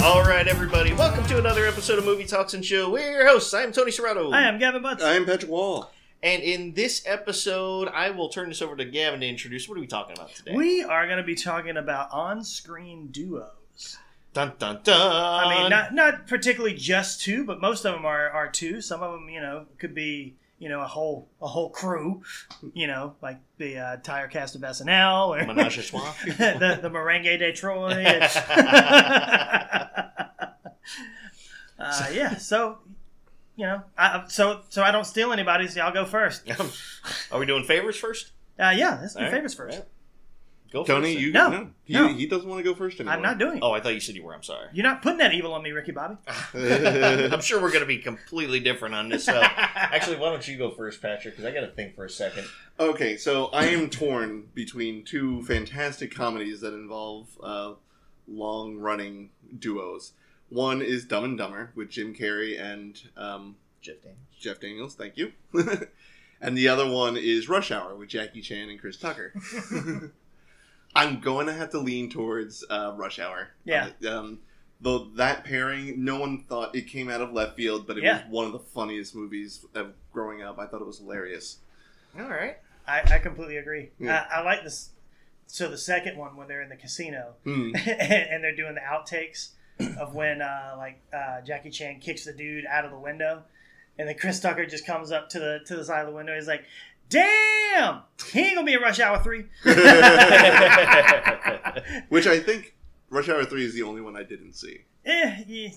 All right, everybody, welcome to another episode of Movie Talks and Show. We're your hosts. I'm Tony Serrato. I am Gavin Butts. I am Patrick Wall. And in this episode, I will turn this over to Gavin to introduce. What are we talking about today? Uh, We are going to be talking about on-screen duos. dun dun dun. I mean, not not particularly just two, but most of them are, are two. Some of them, you know, could be you know a whole a whole crew. You know, like the uh, entire cast of SNL or menage a trois. the the Merengue de Troy. and- uh, yeah, so you know, I, so so I don't steal anybody's. Y'all go first. Um, are we doing favors first? Uh, yeah, let's do All right. favorites first. All right. Go Tony, first. you No, He, no. he doesn't want to go first anymore. I'm not doing it. Oh, I thought you said you were. I'm sorry. You're not putting that evil on me, Ricky Bobby. I'm sure we're going to be completely different on this. So, actually, why don't you go first, Patrick? Because I got to think for a second. okay, so I am torn between two fantastic comedies that involve uh, long-running duos. One is Dumb and Dumber with Jim Carrey and um, Jeff Daniels. Jeff Daniels. Thank you. and the other one is Rush Hour with Jackie Chan and Chris Tucker. I'm going to have to lean towards uh, Rush Hour. Yeah. Uh, um, though that pairing, no one thought it came out of left field, but it Yeah. was one of the funniest movies of growing up. I thought it was hilarious. All right. I, I completely agree. Yeah. I, I like this. So the second one, when they're in the casino Hmm. and, and they're doing the outtakes of when uh, like uh, Jackie Chan kicks the dude out of the window, and then Chris Tucker just comes up to the to the side of the window. He's like, "Damn, he ain't gonna be in Rush Hour 3. eh, Which I think Rush Hour 3 is the only one I didn't see. Eh, yeah,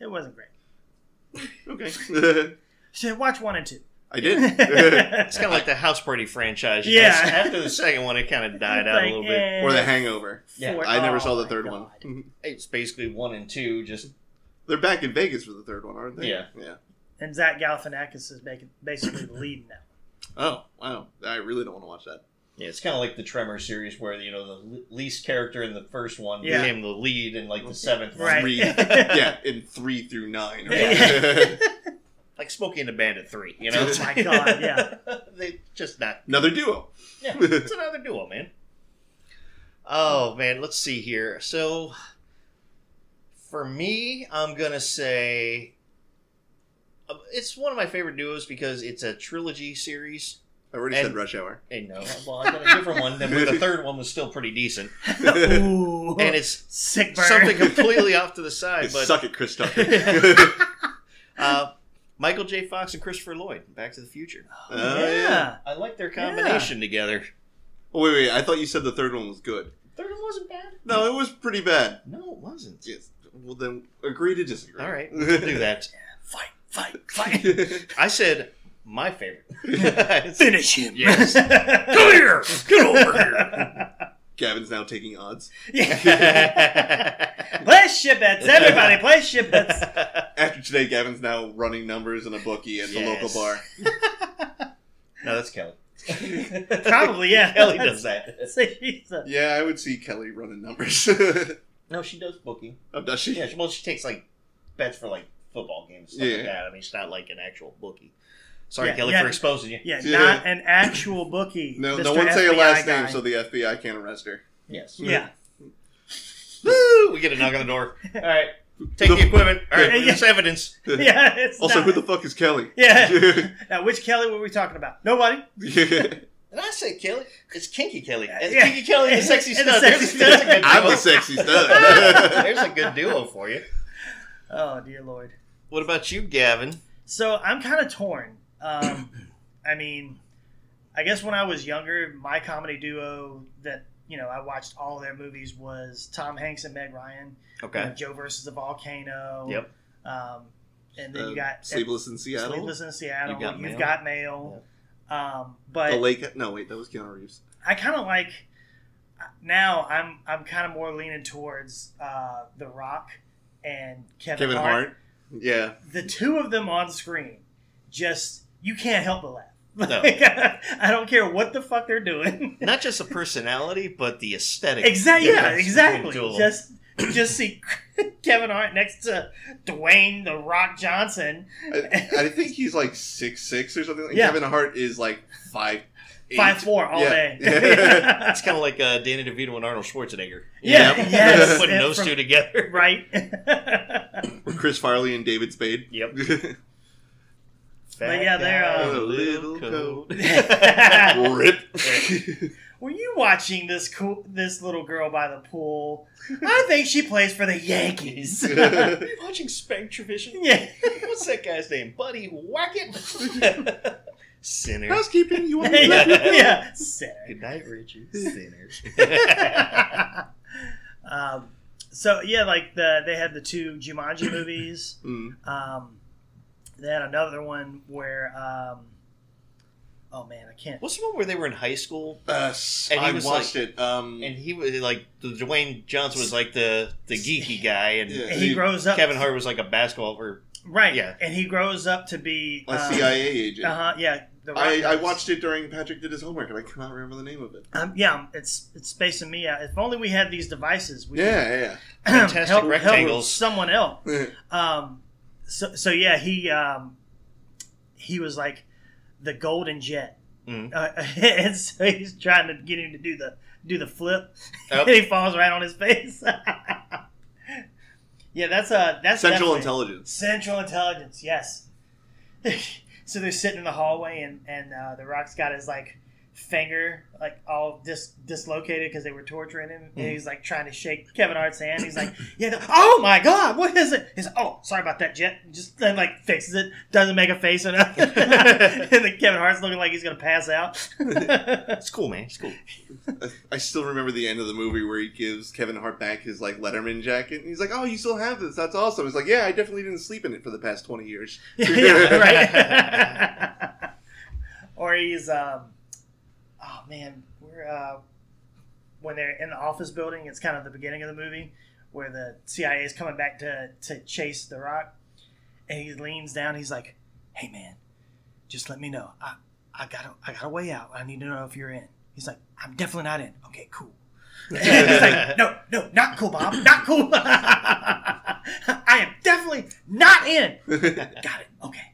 it wasn't great. Okay. Should watch one and two. I did. It's kind of like the House Party franchise. you Yeah. eh. know, After the second one, it kind of died out a little bit. or The Hangover. Yeah. I oh never saw the third one. Mm-hmm. It's basically one and two. Just They're back in Vegas for the third one, aren't they? Yeah. Yeah. And Zach Galifianakis is making, basically the lead now. Oh, wow. I really don't want to watch that. yeah, it's kind of like the Tremor series where you know the le- least character in the first one Yeah. became the lead in like the seventh Right. one. Three, yeah, in three through nine. Yeah. Like Smokey and the Bandit three. You know? Oh my God, yeah. they just not. Another duo. Yeah, it's another duo, man. Oh man, let's see here. So for me, I'm gonna say uh, it's one of my favorite duos because it's a trilogy series. I already And- said Rush Hour. Hey, no. Well, I got a different one. Then the third one was still pretty decent, Ooh, and it's sick burn. something completely off to the side. But Suck it, Chris Tucker. uh, Michael J. Fox and Christopher Lloyd, Back to the Future. Oh, yeah. yeah. I like their combination together. Oh, wait, wait. I thought you said the third one was good. Third one wasn't bad. No, it was pretty bad. No, it wasn't. Yes. Well, then agree to disagree. All right, we'll do that. Fight, fight, fight. I said my favorite. Finish him. Yes. Come here. Get Gavin's now taking odds. yeah. Place your bets, everybody. Place your bets. After today, Gavin's now running numbers in a bookie at the Yes. local bar. no, that's Kelly. Probably, yeah. Kelly does that. She's a- Yeah, I would see Kelly running numbers. oh, No, she does booking. does she? Yeah, she- well, she takes like bets for like football games, stuff Yeah. like that. I mean, it's not like an actual bookie. Sorry, Yeah, Kelly, yeah. for exposing you. yeah, Yeah. not an actual bookie. No, Mr. no one say her FBI last guy. name, so the FBI can't arrest her. Yes. yeah, Woo! We get a knock on the door. All right, take The- the equipment. All right, Yeah. there's evidence. yeah. It's Also, not- who the fuck is Kelly? yeah. Now, which Kelly were we talking about? Nobody. And I say Kelly, it's Kinky Kelly. And Yeah. Kinky Kelly and the Sexy And the Stud. Sexy There's- there's a good Stud. I'm a sexy stud. There's a good duo for you. Oh dear lord. What about you, Gavin? So I'm kind of torn. Um, I mean, I guess when I was younger, my comedy duo that you know I watched all their movies was Tom Hanks and Meg Ryan. You know, Okay. Joe versus the Volcano. Yep. Um, and then Uh, you got Sleepless in Seattle. Sleepless in Seattle. You've Got You've Mail. got Mail. Um, but The lake. No, wait, that was Keanu Reeves. I kind of like now. I'm I'm kind of more leaning towards uh, The Rock and Kevin, Kevin Hart. Hart. Yeah. the two of them on screen just you can't help but laugh No. Like, i don't care what the fuck they're doing Not just the personality, but the aesthetic. exactly yeah, difference exactly between the two of them. just just see kevin hart next to dwayne the rock johnson I, I think he's like six six or something. Yeah. Kevin Hart is like five Five four all Yeah. day. Yeah. It's kind of like uh, Danny DeVito and Arnold Schwarzenegger. Yeah, You know? yes. putting And those from- two together. right. Or Chris Farley and David Spade. Yep. But yeah, they're, guy uh, in a little Little coat. Rip. Were you watching this cool this little girl by the pool? I think she plays for the Yankees. Are you watching Spanktravision? yeah. What's that guy's name? Buddy Wackett? Sinner. Housekeeping, you want yeah. to Yeah. Sick. Good night, Richard. Sinner. um, so yeah, like the they had the two Jumanji movies. Mm. Um, they had another one where um, oh man, I can't. What's the one where they were in high school Uh, And he I was watched it. Um, and he was like the Dwayne Johnson was like the the geeky guy and Yeah. He Dude, grows up Kevin Hart was like a basketball or right? yeah. and he grows up to be a CIA agent. Uh uh-huh. huh. Yeah. The I, I Rockets. watched it during Patrick did his homework, and I cannot remember the name of it. Um, yeah, it's it's spacing me out. If only we had these devices, we Yeah, could Fantastic help, help rectangles. someone else. yeah. Um, so so yeah, he um, he was like the golden jet, Mhm. uh, and so he's trying to get him to do the do the flip, Oh. and he falls right on his face. yeah, that's uh that's Central definitely- Intelligence. Central Intelligence, yes. so they're sitting in the hallway, and and uh, the Rock's got his like finger like all dis- dislocated because they were torturing him, and he's like trying to shake Kevin Hart's hand. He's like, "Yeah, the- oh my god, what is it?" He's like, "Oh, sorry about that, Jet." And Just then like fixes it, doesn't make a face or nothing, and then Kevin Hart's looking like he's gonna pass out. It's cool, man. It's cool. I- I still remember the end of the movie where he gives Kevin Hart back his like Letterman jacket, and he's like, "Oh, you still have this? That's awesome." He's like, "Yeah, I definitely didn't sleep in it for the past twenty years." yeah, right. or he's um, oh man, we're uh, when they're in the office building. It's kind of the beginning of the movie where the CIA is coming back to to chase the Rock, and he leans down. He's like, "Hey man, just let me know. I I got a, I got a way out. I need to know if you're in." He's like, "I'm definitely not in." Okay, cool. And he's like, no, no, not cool, Bob, not cool. I am definitely not in. Got it. Okay.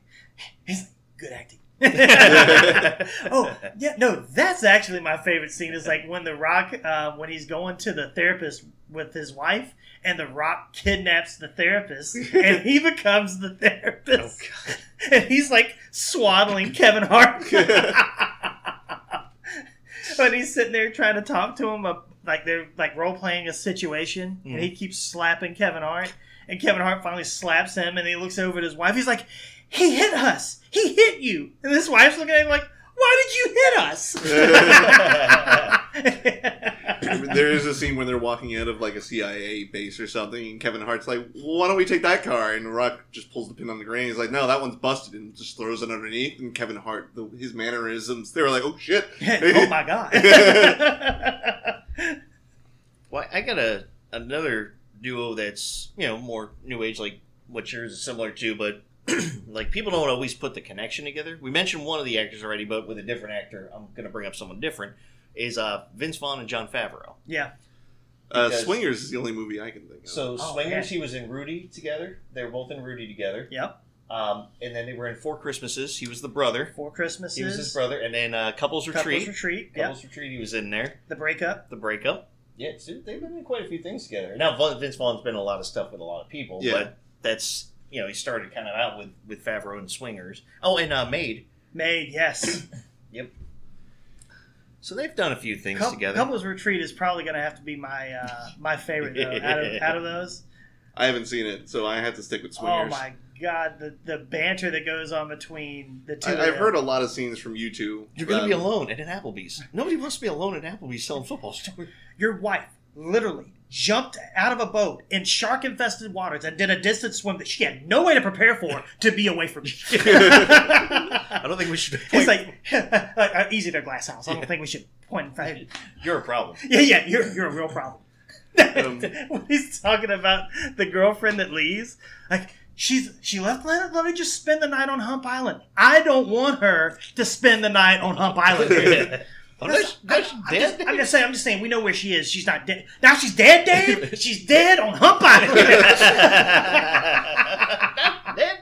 He's like, good acting. oh yeah, no, that's actually my favorite scene. Is like when the Rock, uh, when he's going to the therapist with his wife, and the Rock kidnaps the therapist, and he becomes the therapist, and he's like swaddling Kevin Hart. But he's sitting there trying to talk to him, uh, like they're like role playing a situation, Mhm. and he keeps slapping Kevin Hart, and Kevin Hart finally slaps him, and he looks over at his wife. He's like, "He hit us. He hit you." And his wife's looking at him like, "Why did you hit us?" there is a scene when they're walking out of like a CIA base or something, and Kevin Hart's like, well, "Why don't we take that car?" And Rock just pulls the pin on the grenade. He's like, "No, that one's busted," and just throws it underneath. And Kevin Hart, the, his mannerisms, they were like, "Oh shit!" oh my god. Well, I got a another duo that's you know more new age, like what yours is similar to, but like people don't always put the connection together. We mentioned one of the actors already, but with a different actor, I'm going to bring up someone different. Is uh, Vince Vaughn and John Favreau? yeah. Uh, Because- Swingers is the only movie I can think of. So Oh, Swingers, yeah. he was in Rudy together. They were both in Rudy together, Yep. um, and then they were in Four Christmases. He was the brother. Four Christmases. He was his brother, and then uh, Couples Couples Retreat. retreat. Yep. Couples Retreat. He was in there. The breakup. The breakup. Yeah, it's- they've been in quite a few things together. Now Vaughn- Vince Vaughn's been in a lot of stuff with a lot of people, Yeah. but that's you know he started kind of out with with Favreau and Swingers. Oh, and uh, Maid. Made. Yes. So they've done a few things Coup- together. Couples retreat is probably going to have to be my uh, my favorite though, out of out of those. I haven't seen it, so I have to stick with Swingers. Oh my god, the the banter that goes on between the two. I, I've heard a lot of scenes from you two. You're going to be Um, alone at an Applebee's. Nobody wants to be alone at Applebee's selling football stories. your wife literally jumped out of a boat in shark infested waters and did a distance swim that she had no way to prepare for to be away from you. I don't think we should. It's like uh, easy there, glass house. I don't think we should point. in fact- you're a problem. Yeah, yeah, you're you're a real problem. Um, when he's talking about the girlfriend that leaves, like she's she left. Let, let me just spend the night on Hump Island. I don't want her to spend the night on Hump Island. Unless, unless you're I'm just, dead. I'm just saying. I'm just saying. We know where she is. She's not dead. Now she's dead, Dave. She's dead on Hump Island. Not dead.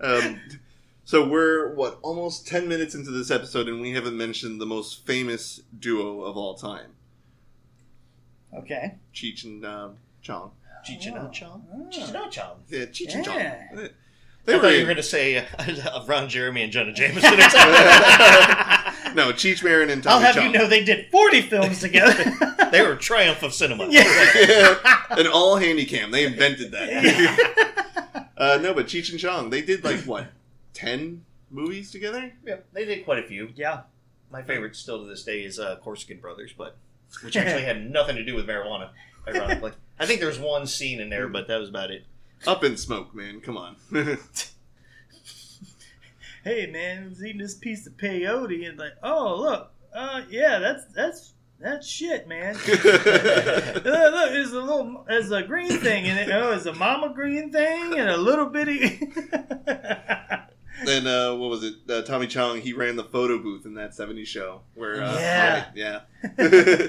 um, So we're what almost ten minutes into this episode, and we haven't mentioned the most famous duo of all time, Okay. Cheech and um, Chong. Cheech and Oh. Chong. Oh. Cheech and Chong. Yeah, Cheech and Yeah. Chong. Eh. I They thought you were were going to say uh, Ron Jeremy and Jonah Jameson. or something. no Cheech Marin and Tommy I'll have Chong. you know they did 40 films together. they were triumph of cinema. Yeah. an all handy cam. They invented that. uh, no, but Cheech and Chong, they did like what ten movies together. Yeah, they did quite a few. yeah. My favorite still to this day is uh, Corsican Brothers, but which actually had nothing to do with marijuana. Ironically, I think there's one scene in there, but that was about it. Up in smoke, man. Come on. Hey, man, I was eating this piece of peyote and like, oh, look. Uh, yeah, that's, that's, that's shit, man. Uh, look, there's a little, there's a green thing in it. Oh, it's a mama green thing and a little bitty. Then uh, what was it? Uh, Tommy Chong. He ran the photo booth in that '70s show. Where uh, Yeah. right, yeah.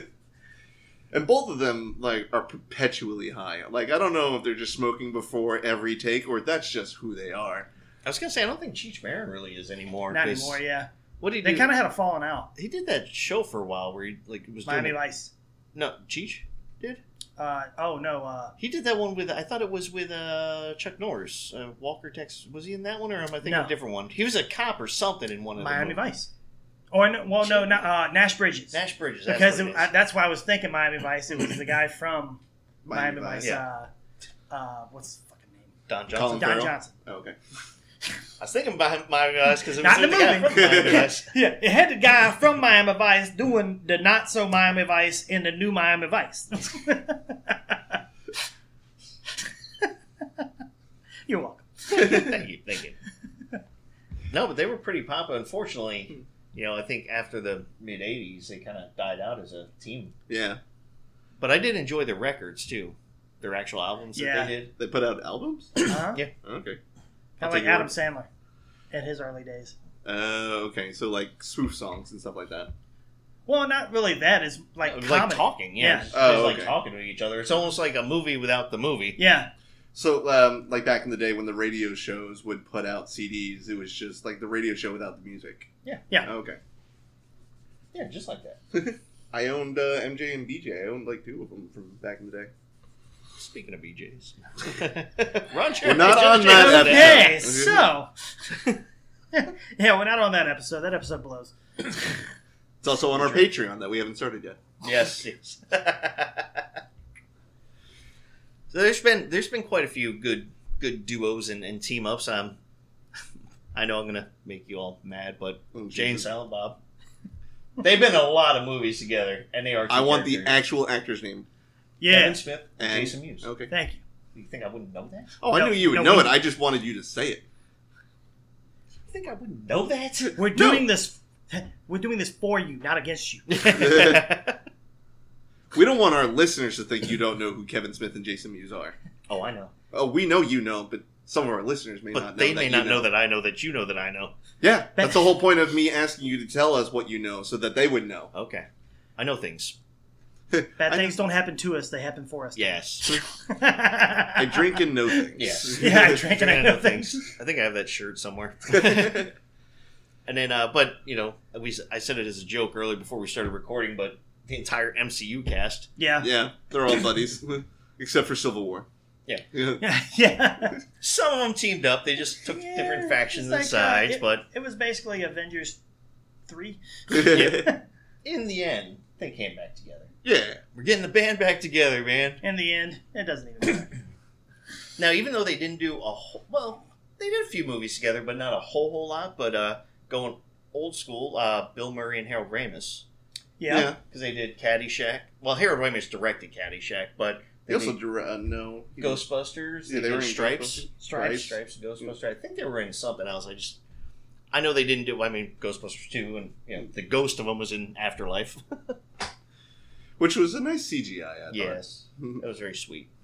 and both of them like are perpetually high. Like I don't know if they're just smoking before every take or that's just who they are. I was gonna say I don't think Cheech Marin really is anymore. Not 'cause- anymore, yeah. What did he They do? kind of had a falling out. he did that show for a while where he like was Miami doing Vice. no Cheech did Uh, oh, no, uh, he did that one with I thought it was with uh, Chuck Norris uh, Walker Texas was he in that one or am I thinking of No. a different one he was a cop or something in one of Miami the movies. Vice. Or, no, well, no, not, uh, Nash Bridges. Nash Bridges that's because what it- it is. I, that's why I was thinking Miami Vice. It was the guy from Miami, Vice. Uh, uh, what's his fucking name? Don Johnson Colin Don Farrell? Johnson. Oh, okay. I was thinking about Miami Vice because it was Not in with the guy movie. from Miami Vice Yeah, it had the guy from Miami Vice doing the not so Miami Vice in the new Miami Vice. You're welcome. thank you thank you no but they were pretty popular unfortunately you know I think after the mid 80s they kind of died out as a team Yeah. but I did enjoy their records too their actual albums Yeah. that they did They put out albums. Oh, Uh-huh. Yeah. Okay. I I'll like take your Adam word. Sandler in his early days. Uh, okay. So like swoof songs and stuff like that. Well, not really that. It's like It comedy. was like talking yeah, It Yeah. was Oh, just okay. like talking to each other it's almost like a movie without the movie Yeah, So, um, like back in the day when the radio shows would put out CDs, it was just like the radio show without the music. Yeah. Yeah. Okay. yeah just like that I owned uh, MJ and BJ. I owned like two of them from back in the day. Speaking of BJ's, Ron We're not on that Okay, episode. so yeah, we're not on that episode. That episode blows. It's also on our Patreon that we haven't started yet. Yes, yes. so there's been there's been quite a few good good duos and, and team ups. Um, I know I'm gonna make you all mad, but Oh, Jane Jesus. Silent Bob. They've been in a lot of movies together, and they are. two I want the characters. actual actor's name. Yeah, Kevin Smith and, And- Jason Mewes. Okay. thank you. You think I wouldn't know that? Oh, I No, knew you would no, know we- it. I just wanted you to say it. You think I wouldn't know that? We're No. doing this. We're doing this for you, not against you. We don't want our listeners to think you don't know who Kevin Smith and Jason Mewes are. oh, I know, Oh, we know you know, but some of our listeners may but not know. they may you not know that I know that you know that I know. Yeah, that's the whole point of me asking you to tell us what you know so that they would know. Okay, I know things. Bad I- things don't happen to us; they happen for us. Yes. I I drink and know things. Yes. Yeah, I drink and I Yeah, know no, things. I think I have that shirt somewhere. drink. and then, uh, but you know, we I said it as a joke earlier before we started recording, but the entire MCU cast. Yeah, yeah, they're all buddies, except for Civil War. Yeah. yeah, yeah. Some of them teamed up. They just took Yeah, different it's factions and like, uh, sides, it- but It was basically Avengers three. yeah. in the end, they came back together. yeah. We're getting the band back together, man. In the end, it doesn't even matter. Now, even though they didn't do a whole, well, they did a few movies together, but not a whole whole lot. But uh, going old school, uh, Bill Murray and Harold Ramis Yeah, because they did Caddyshack. Well, Harold Ramis directed Caddyshack, but They also did- dir- uh, no he was- Ghostbusters. Yeah, they, they were did in Stripes. Stripes. Stripes, Ghostbusters. I think they were in something else. I just, I know they didn't do. I mean, Ghostbusters two, and you know, the ghost of them was in Afterlife. which was a nice CGI. I thought. yes, that was very sweet.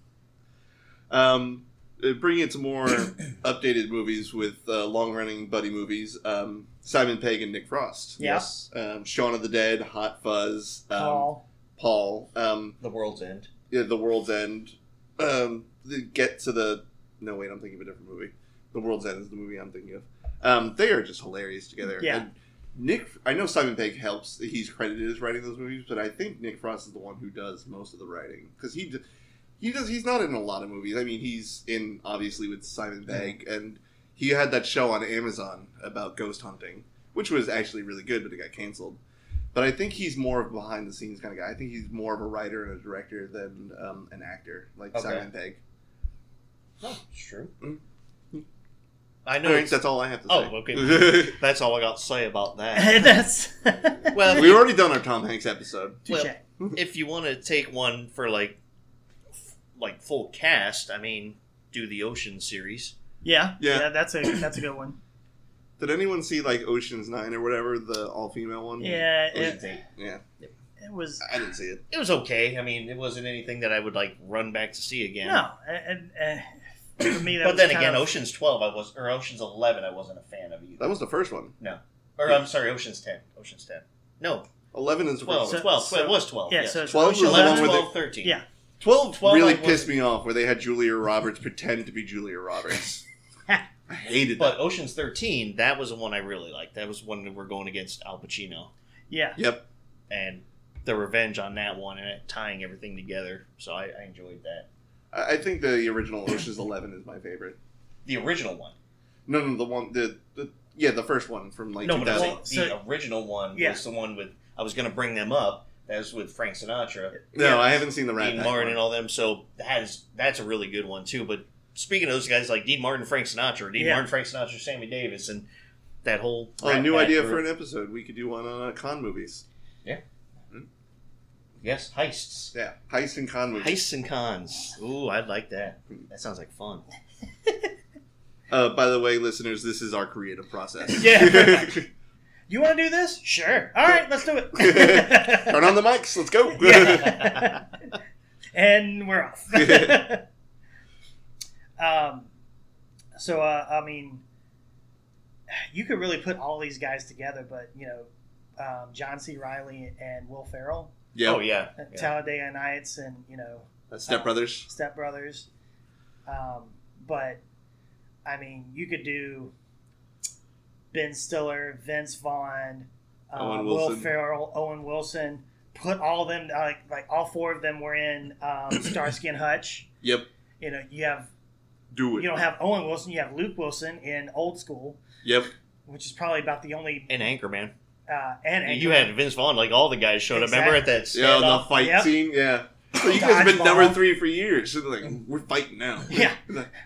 Um, uh, bringing it to more updated movies with uh, long-running buddy movies. Um, Simon Pegg and Nick Frost. Yeah. Yes, Um, Shaun of the Dead, Hot Fuzz, um, Paul. Paul, um, The World's End. yeah, The World's End. Um, the Get to the. No, wait, I'm thinking of a different movie. The World's End is the movie I'm thinking of. Um, they are just hilarious together. Yeah. And Nick, I know Simon Pegg helps. He's credited as writing those movies, but I think Nick Frost is the one who does most of the writing because he d- he does. He's not in a lot of movies. I mean, he's in obviously with Simon Pegg, and he had that show on Amazon about ghost hunting, which was actually really good, but it got canceled. But I think he's more of a behind the scenes kind of guy. I think he's more of a writer and a director than um, an actor, like Okay. Simon Pegg. Oh, it's true. Mm. I know. I think it's- that's all I have to say. Oh, okay. That's all I got to say about that. That's Well, We've already done our Tom Hanks episode. touche. well, if you want to take one for like, f- like full cast, I mean, do the Ocean series. yeah, yeah. That's a that's a good one. Did anyone see like Ocean's Nine or whatever the all female one? Yeah, Ocean's it, Eight. Yeah, it was I didn't see it. It was okay. I mean, it wasn't anything that I would like run back to see again. no. And, and, for me, that but was then kind again, of- Ocean's Twelve, I was or Ocean's Eleven, I wasn't a fan of either. That was the first one. Or I'm sorry, Ocean's Ten. Ocean's Ten. No, Eleven is the twelve. first. So- twelve. so- it was twelve. yeah. yes. So it's 12 Ocean was the 11, one with the- 12, 13. Yeah. Twelve, Twelve, really I was- pissed me off where they had Julia Roberts pretend to be Julia Roberts. I hated But Ocean's Thirteen, that was the one I really liked. That was one that we're going against Al Pacino yeah. that. Yep. and the revenge on that one and it tying everything together. So I, I enjoyed that. I I think the original Ocean's Eleven is my favorite. The original one. No, no, the one, the, the yeah, the first one from like no, but I'm 2000. saying Well, the so- original one Yeah. was the one with I was going to bring them up. That was with Frank Sinatra, no, I haven't seen the Rat Dean Pack Martin, one. and all them. So that is that's a really good one too. But speaking of those guys like Dean Martin, Frank Sinatra, Dean Yeah. Martin, Frank Sinatra, Sammy Davis, and that whole Oh, Rat new Pack idea group. for an episode. We could do one on uh, con movies. yes heists. Yeah, heist and con movies. Heists and cons. Ooh, I'd like that. That sounds like fun. Uh, by the way, listeners, this is our creative process. Yeah. You want to do this? Sure. All right, let's do Turn it. on the mics. Let's go. Yeah. and we're off. um, so uh, I mean, you could really put all these guys together, but you know, um, John C. Riley and Will Ferrell, yeah. Oh yeah. at yeah. Talladega Nights, and you know, Uh, Step Brothers. Step Brothers. Um, but I mean, you could do Ben Stiller, Vince Vaughn, uh, Owen Will Wilson. Ferrell, Owen Wilson. Put all of them like like all four of them were in um, Starsky and Hutch. Yep. You know, you have Do you it. don't have Owen Wilson, you have Luke Wilson in Old School, Yep. which is probably about the only And Anchorman. uh, and You had Vince Vaughn, like all the guys showed up. Remember at that Yeah, standoff? the fight Yep. scene. Yeah. So you guys have been Dodgeball. number three for years. So they're like, we're fighting now. Yeah.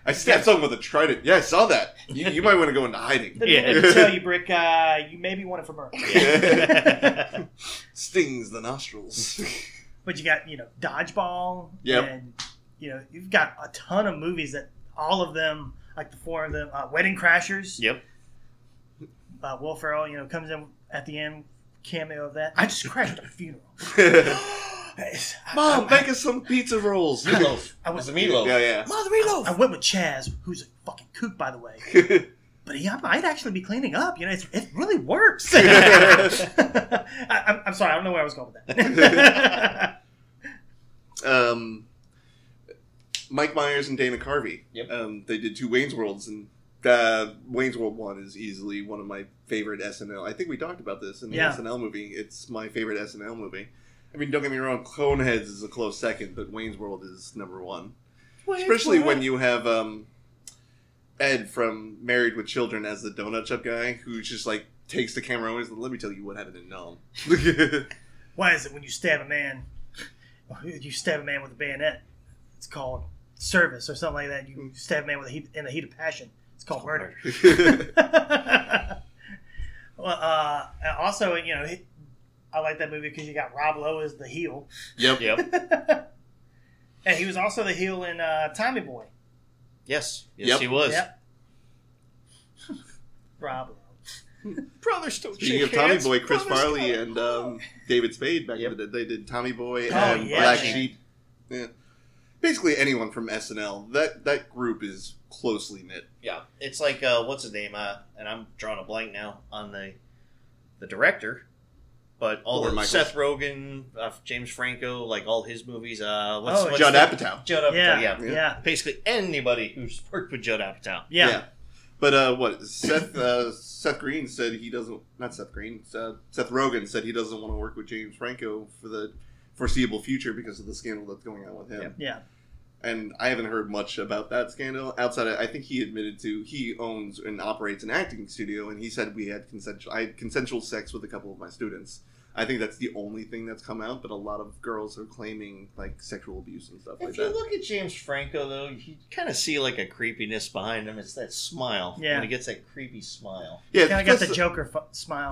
I stabbed someone with a trident. Yeah, I saw that. You, you might want to go into hiding. Yeah. Let me tell you, Brick, uh, you maybe want it for murder. Yeah. Stings the nostrils. but you got you know dodgeball Yep. and you know you've got a ton of movies that all of them like the four of them uh, wedding crashers yep. uh, will ferrell you know comes in at the end cameo of that i just crashed a funeral Mom, make us some pizza rolls. Meatloaf. I I was- was a meatloaf. Yeah, yeah. Mother meatloaf. i went with chaz who's a fucking kook by the way but he might actually be cleaning up you know it's, it really works I, I'm, I'm sorry i don't know where i was going with that um, Mike Myers and Dana Carvey. Yep. Um, they did two Wayne's Worlds, and uh, Wayne's World One is easily one of my favorite SNL. I think we talked about this in the Yeah. SNL movie. It's my favorite SNL movie. I mean, don't get me wrong, Coneheads is a close second, but Wayne's World is number one. Especially when you have um, Ed from Married with Children as the donut shop guy, who just like takes the camera and is like, let me tell you what happened in Nam. why is it when you stab a man you stab a man with a bayonet it's called service or something like that you stab a man with a heat in the heat of passion Mm. it's called murder well uh and also you know he- i like that movie because you got rob lowe as the heel yep. Yep. and he was also the heel in uh tommy boy Yes. Yes, Yep. he was. yep rob lowe Brothers don't Speaking of Tommy Boy, Chris Farley and um, David Spade back in the day, they did Tommy Boy Oh, and yeah, Black man. Sheep. Yeah. Basically, anyone from SNL. That that group is closely knit. Yeah, it's like uh, what's his name? Uh, and I'm drawing a blank now on the the director, but all Lord the Michaels. Seth Rogen, uh, James Franco, like all his movies. Uh, what's, Oh, what's Judd the- Apatow. Judd Apatow. Yeah. yeah yeah basically anybody who's worked with Judd Apatow. yeah, But uh, what Seth uh, Seth Green said he doesn't not Seth Green uh, Seth Rogen said he doesn't want to work with James Franco for the foreseeable future because of the scandal that's going on with him. Yeah. Yeah. And I haven't heard much about that scandal outside. Of, I think he admitted to he owns and operates an acting studio, and he said we had consensual I had consensual sex with a couple of my students. I think that's the only thing that's come out, but a lot of girls are claiming like sexual abuse and stuff like If you that. look at James Franco, though, you kind of see like a creepiness behind him. It's that smile. Yeah. When he gets that creepy smile. yeah, Kind of got plus- the Joker f- smile.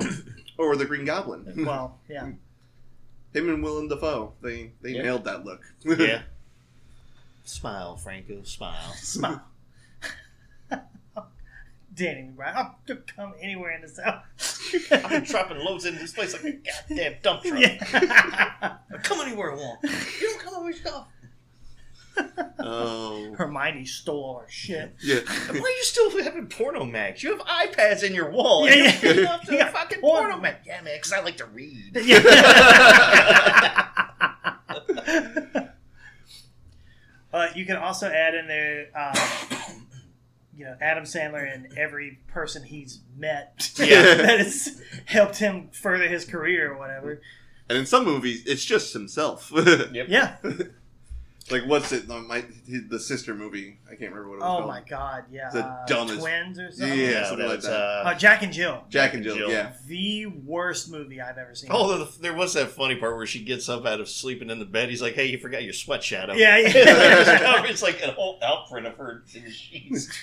or the Green Goblin. well, yeah. Him and Willem Dafoe, they they Yeah. nailed that look. Yeah. smile, Franco, smile. Smile. Danny McBride. I'll c- come anywhere in the I've been South. dropping loads into this place like a goddamn dump truck. yeah. I come anywhere I want. You don't come over yourself. Oh. Hermione stole our shit. Yeah. Why are you still having porno mags? You have iPads in your wall. Yeah, and yeah. you're pulling up to You a got fucking porn. porno mag. Yeah, man, because I like to read. Uh, you can also add in there, uh, you know, Adam Sandler and every person he's met Yeah. that has helped him further his career or whatever. And in some movies, it's just himself. Yeah. like what's it? The, my his- the sister movie. I can't remember what it was Oh called. my god. Yeah. The uh, dumbest- twins or something. Yeah, something like was, that. Uh, Jack and Jill. Jack and Jill. Yeah. The worst movie I've ever seen. Oh, the- there was that funny part where she gets up out of sleeping in the bed. He's like, "Hey, you forgot your sweat shadow." Yeah, yeah. it's like an whole outprint of her in the sheets.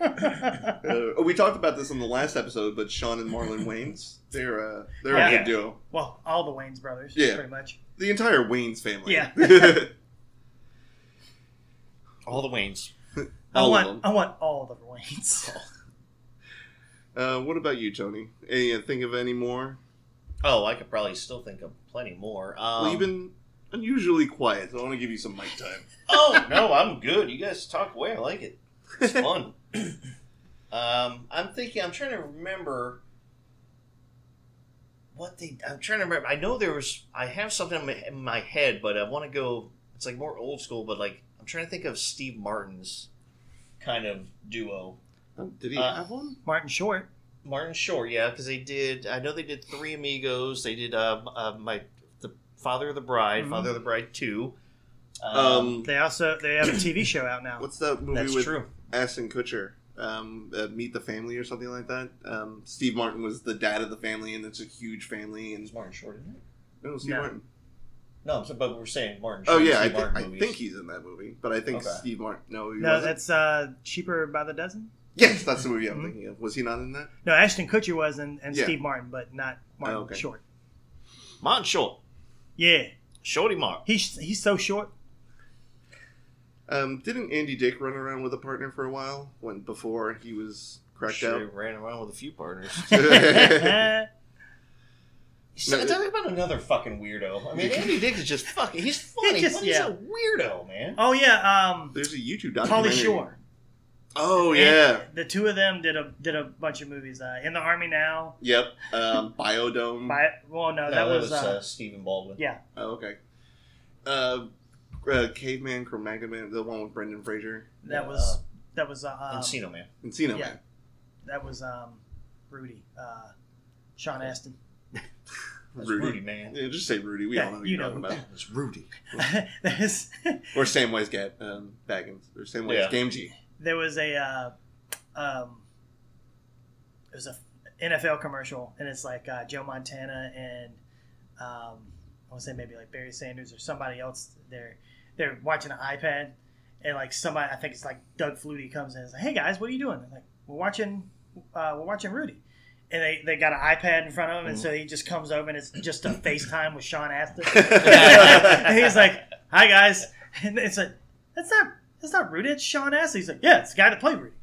Uh, oh, we talked about this in the last episode, but Sean and Marlon Wayans, they're uh, they're Yeah. a good duo. well, all the Wayne's brothers, Yeah. pretty much. The entire Wayans family. Yeah. All the Waynes. I All want, of them. Oh. I want all the Wayne's. Uh, what about you, Tony? Any, think of any more? Oh, I could probably still think of plenty more. Um, well, you've been unusually quiet, so I want to give you some mic time. oh no, I'm good. You guys talk away. I like it. It's fun. um, I'm thinking. I'm trying to remember what they. I'm trying to remember. I know there was. I have something in my, in my head, but I want to go. It's like more old school, but like I'm trying to think of Steve Martin's kind of duo. Oh, did he Uh, have one? Martin Short. Martin Short, yeah, because they did. I know they did Three Amigos. They did uh, uh my the Father of the Bride, Mhm. Father of the Bride Two. Um, They also they have a TV show out now. what's that movie that's with true. Ashton Kutcher, um, uh, Meet the Family or something like that. Um, Steve Martin was the dad of the family, and it's a huge family. And It's Martin Short, isn't it? no, Steve No. Martin. No, so- but we're saying Martin. Oh Short, yeah, I, Steve thi- Martin I movies. think he's in that movie, but I think Okay. Steve Martin. No, he No, wasn't. that's uh, cheaper by the dozen. yes, that's the movie I'm Mhm. thinking of. Was he not in that? No, Ashton Kutcher was and, and Yeah. Steve Martin, but not Martin Oh, okay. Short. Martin Short, Yeah, Shorty Mark. he's he's so short. Um, didn't Andy Dick run around with a partner for a while when before he was cracked Sure out? ran around with a few partners. yeah, So, No, talk about another fucking weirdo. I mean, Andy Dick is just fucking. He's funny, just- but he's yeah. a weirdo, man. oh yeah, um, There's a YouTube Polly documentary. Shore. Oh yeah. And the two of them did a did a bunch of movies. Uh, In the Army Now. Yep. Um, Biodome. By, well, no, that, was, uh, Stephen Baldwin. yeah. oh, okay. Uh, uh, Caveman Cro-Magnon, the one with Brendan Fraser. That Yeah, was that was uh, um, Encino Man. Encino Yeah. Man. that was um, Rudy, uh, Sean Astin. That's Rudy. Rudy. man. Yeah, just say Rudy. We Yeah, all know who you you're talking know. about. That was Rudy. That is- Or Samwise Gat, um, Baggins. Or Samwise Yeah. Gamgee. there was a uh, um, it was a NFL commercial, and it's like uh, Joe Montana and um, I want to say maybe like Barry Sanders or somebody else. They're they're watching an iPad, and like somebody I think it's like Doug Flutie comes in and is like, "Hey guys, what are you doing?" They're like, "We're watching, uh, we're watching Rudy." And they, they got an iPad in front of him, and so he just comes over, and it's just a FaceTime with Sean Astin. and he's like, "Hi guys," and it's like, "That's not that's not Rudy. It's Sean Astin." He's like, "Yeah, it's the guy that played Rudy."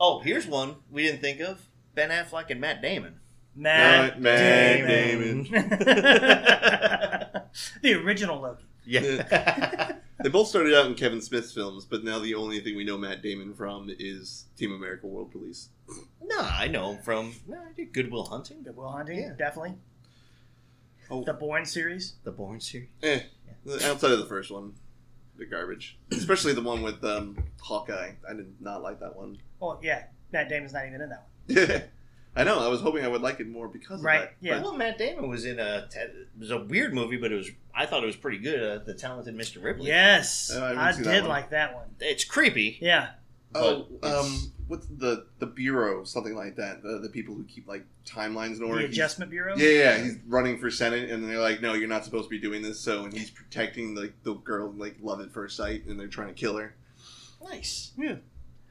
oh, here's one we didn't think of: Ben Affleck and Matt Damon. Matt, Matt Damon. Damon. the original Loki. Yeah. They both started out in Kevin Smith's films, but now the only thing we know Matt Damon from is Team America World Police. no, I know him from no, I did Goodwill Hunting, Good Will Hunting, Yeah. definitely. Oh. Oh. The Bourne series. the Bourne series. Eh, outside of the first one. They're garbage, especially the one with um, Hawkeye. I did not like that one. Well, Oh, yeah, Matt Damon's not even in that I know. I was hoping I would like it more because Right, of that. yeah. Well, Matt Damon was in a it was a weird movie, but it was I thought it was pretty good. Uh, the Talented Mr. one. Ripley. Yes, Oh, I didn't I, see did that one. like that one. it's creepy. Yeah, But, oh, but it's- um, what's the the bureau, something like that? The, the people who keep like timelines in order. the He's- Adjustment Bureau. Yeah, yeah, he's running for senate, and they're like, "No, you're not supposed to be doing this." So, and he's protecting like the girl, like love at first sight, and they're trying to kill her. Nice. Yeah.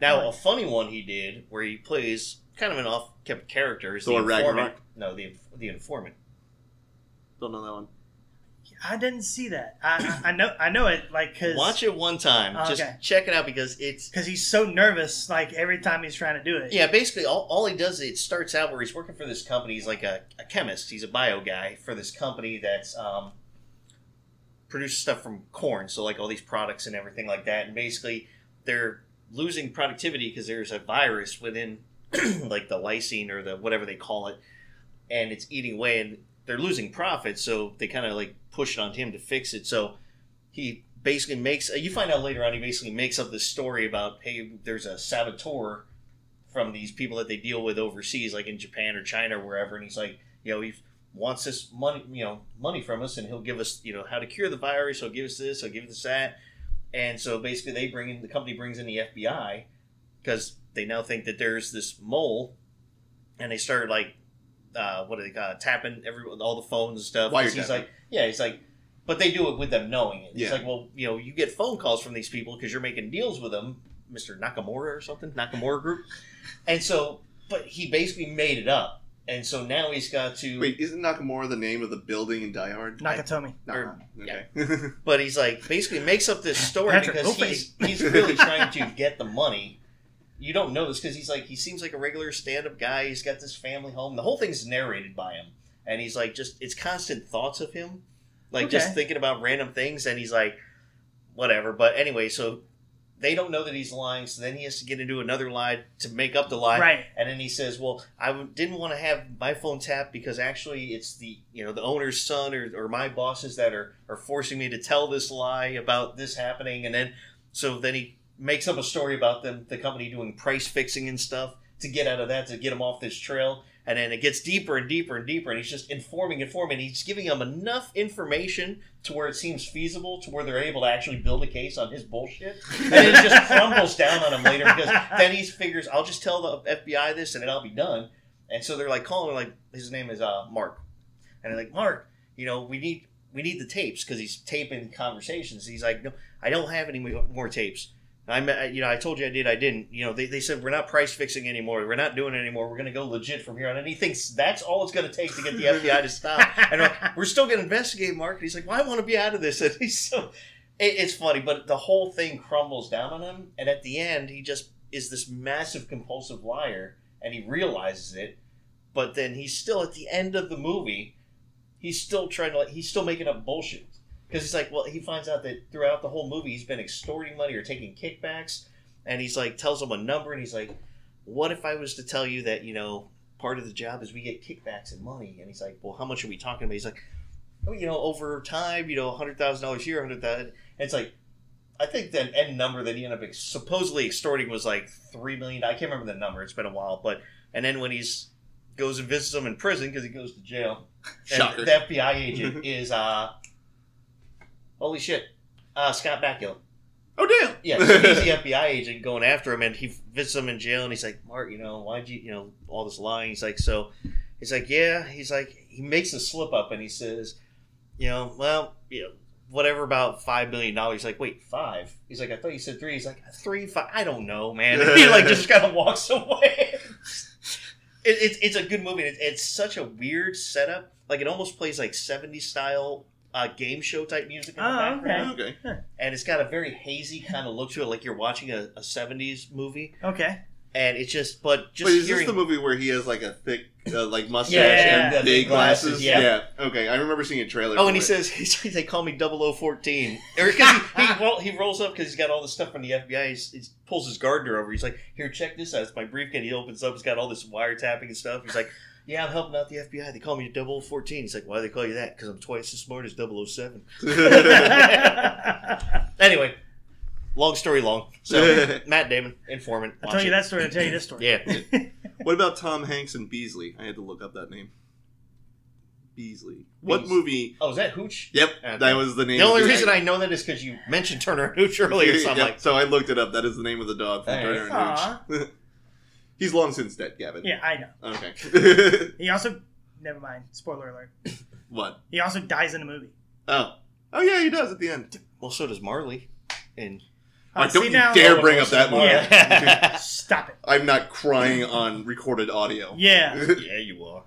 Now a funny one he did where he plays kind of an off-kept character is Thor the informant. Ragnarok. No, the the informant. Don't know that one. I didn't see that. I, I I know I know it like because Watch it one time. Oh, okay. Just check it out because it's he's so nervous like every time he's trying to do it. Yeah, basically, all, all he does is it starts out where he's working for this company. He's like a, a chemist. He's a bio guy for this company that's um, produces stuff from corn. So like all these products and everything like that. And basically, they're losing productivity because there's a virus within like the lysine or the whatever they call it, and it's eating away. And they're losing profit, so they kind of like push it on him to fix it. So he basically makes you find out later on he basically makes up this story about hey there's a saboteur from these people that they deal with overseas like in japan or china or wherever and he's like you know he wants this money you know money from us and he'll give us you know how to cure the virus he'll give us this he'll give us that and so basically they bring in the company brings in the fbi because they now think that there's this mole and they start like uh, what do they call it? tapping every all the phones and stuff 'Cause he's Wiretapping. like yeah he's like but they do it with them knowing it. It's Yeah. like, well, you know, you get phone calls from these people because you're making deals with them, Mr. Nakamura or something, Nakamura Group. And so, but he basically made it up. And so now he's got to. Wait, isn't Nakamura the name of the building in Die Hard? Nakatomi. Nah, yeah. okay. But he's like, basically makes up this story Patrick, because go he's, he's really trying to get the money. You don't know this because he's like, he seems like a regular stand up guy. He's got this family home. The whole thing's narrated by him. And he's like, just, it's constant thoughts of him. Like, just Okay. thinking about random things. And he's like, whatever. But anyway, so they don't know that he's lying. So then he has to get into another lie to make up the lie. right. And then he says, "Well, I w- didn't want to have my phone tapped because actually it's the you know the owner's son or, or my bosses that are are forcing me to tell this lie about this happening." And then so then he makes up a story about them the company doing price fixing and stuff to get out of that to get him off this trail. And then it gets deeper and deeper and deeper, and he's just informing, informing. He's giving them enough information to where it seems feasible, to where they're able to actually build a case on his bullshit. And then it just crumbles down on him later because then he figures, I'll just tell the FBI this and then I'll be done. And so they're like calling, like his name is uh, Mark, and they're like, Mark, you know, we need we need the tapes because he's taping conversations. He's like, no, I don't have any mo- more tapes. I, me- you know, I told you I did, I didn't. You know, they, they said we're not price fixing anymore. We're not doing it anymore. We're going to go legit from here on. And he thinks that's all it's going to take to get the FBI to stop. And they're like, we're still going to investigate, Mark. And he's like, well, I want to be out of this. And he's so, it, it's funny, but the whole thing crumbles down on him. And at the end, he just is this massive compulsive liar, and he realizes it. But then he's still at the end of the movie. He's still trying to. He's still making up bullshit because he's like, well, he finds out that throughout the whole movie, he's been extorting money or taking kickbacks, and he's like, tells him a number, and he's like, what if I was to tell you that you know part of the job is we get kickbacks and money? And he's like, well, how much are we talking about? He's like, well, you know, over time, you know, hundred thousand dollars a year, hundred thousand. And it's like, I think that end number that he ended up ex- supposedly extorting was like three million. I can't remember the number. It's been a while, but and then when he's goes and visits him in prison because he goes to jail. and Shocker. The FBI agent is uh, holy shit, uh, Scott Bakula. oh damn! Yeah, so he's the FBI agent going after him, and he visits him in jail, and he's like, "Mark, you know, why'd you, you know, all this lying?" He's like, "So," he's like, "Yeah," he's like, he makes a slip up, and he says, "You know, well, you know, whatever about five million dollars." He's like, "Wait, five? He's like, "I thought you said three. He's like, three, five? I don't know, man." he like just kind of walks away. It, it's it's a good movie. and It, it's such a weird setup. Like it almost plays like '70s style uh, game show type music. In the Oh, okay. background okay. and it's got a very hazy kind of look to it, like you're watching a, a 70s movie. Okay. And it's just, but just Wait, is hearing, this the movie where he has like a thick, uh, like mustache Yeah, and yeah, big big glasses? glasses, yeah. Okay, I remember seeing a trailer. oh, and for he it. says he's like, they call me 0014. Or 'cause he, he, roll, he rolls up because he's got all this stuff from the FBI. He's, he pulls his gardener over. He's like, here, check this out. It's my briefcase. He opens up. It's got all this wiretapping and stuff. He's like. Yeah, I'm helping out the FBI. They call me 014. He's like, Why do they call you that? Because I'm twice as smart as 007. I Anyway, long story long. So, Matt Damon, informant. Watch told you it. that story. I tell you this story. Yeah. what about Tom Hanks and Beasley? I had to look up that name. Beasley. What Beasley. movie? Oh, is that Hooch? Yep, Okay. that was the name. The only of reason I know that is because you mentioned Turner and Hooch earlier. So I'm Yep, like, so I looked it up. That is the name of the dog from Hey. Turner and Hooch. He's long since dead, Gavin. Yeah, I know. Okay. He also, never mind. Spoiler alert. what? He also dies in the movie. Oh. Oh yeah, he does at the end. well, so does Marley. And All Uh, right, don't see you now- dare bring up that movie. Yeah. Stop it. I'm not crying on recorded audio. Yeah. yeah, you are.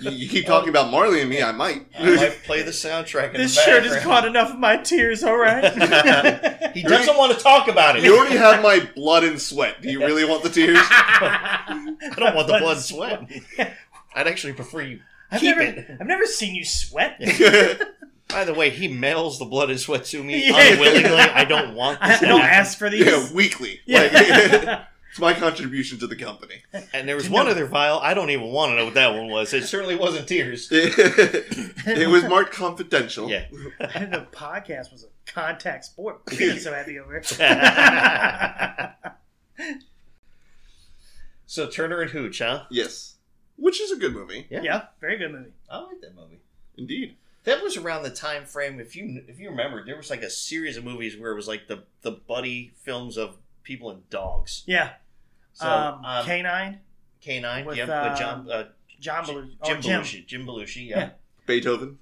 you, you keep talking about Marley and me, I might. I might play the soundtrack in This the shirt background. has caught enough of my tears, all right? He doesn't want to talk about it. you already have my blood and sweat. Do you really want the tears? I don't want the blood and sweat. I'd actually prefer you. I've Keep never, it. I've never seen you sweat. By the way, he mails the blood and sweat to me Yeah. unwillingly. I don't want I this. to don't happen. ask for these. yeah, weekly. Like, Yeah. it's my contribution to the company. And there was one other vial. I don't even want to know what that one was. It certainly wasn't tears. it was marked confidential. Yeah. I didn't know podcast was a contact sport. I'm so happy over here. so Turner and Hooch, huh? Yes. Which is a good movie. yeah, very good movie. I like that movie. Indeed. That was around the time frame. If you if you remember, there was like a series of movies where it was like the the buddy films of people and dogs. Yeah. So um, um, Canine, K9, with, yeah, uh, with John, uh, John Jim, Belushi. Jim oh, Jim. Belushi, Jim Belushi, yeah, Yeah. Beethoven.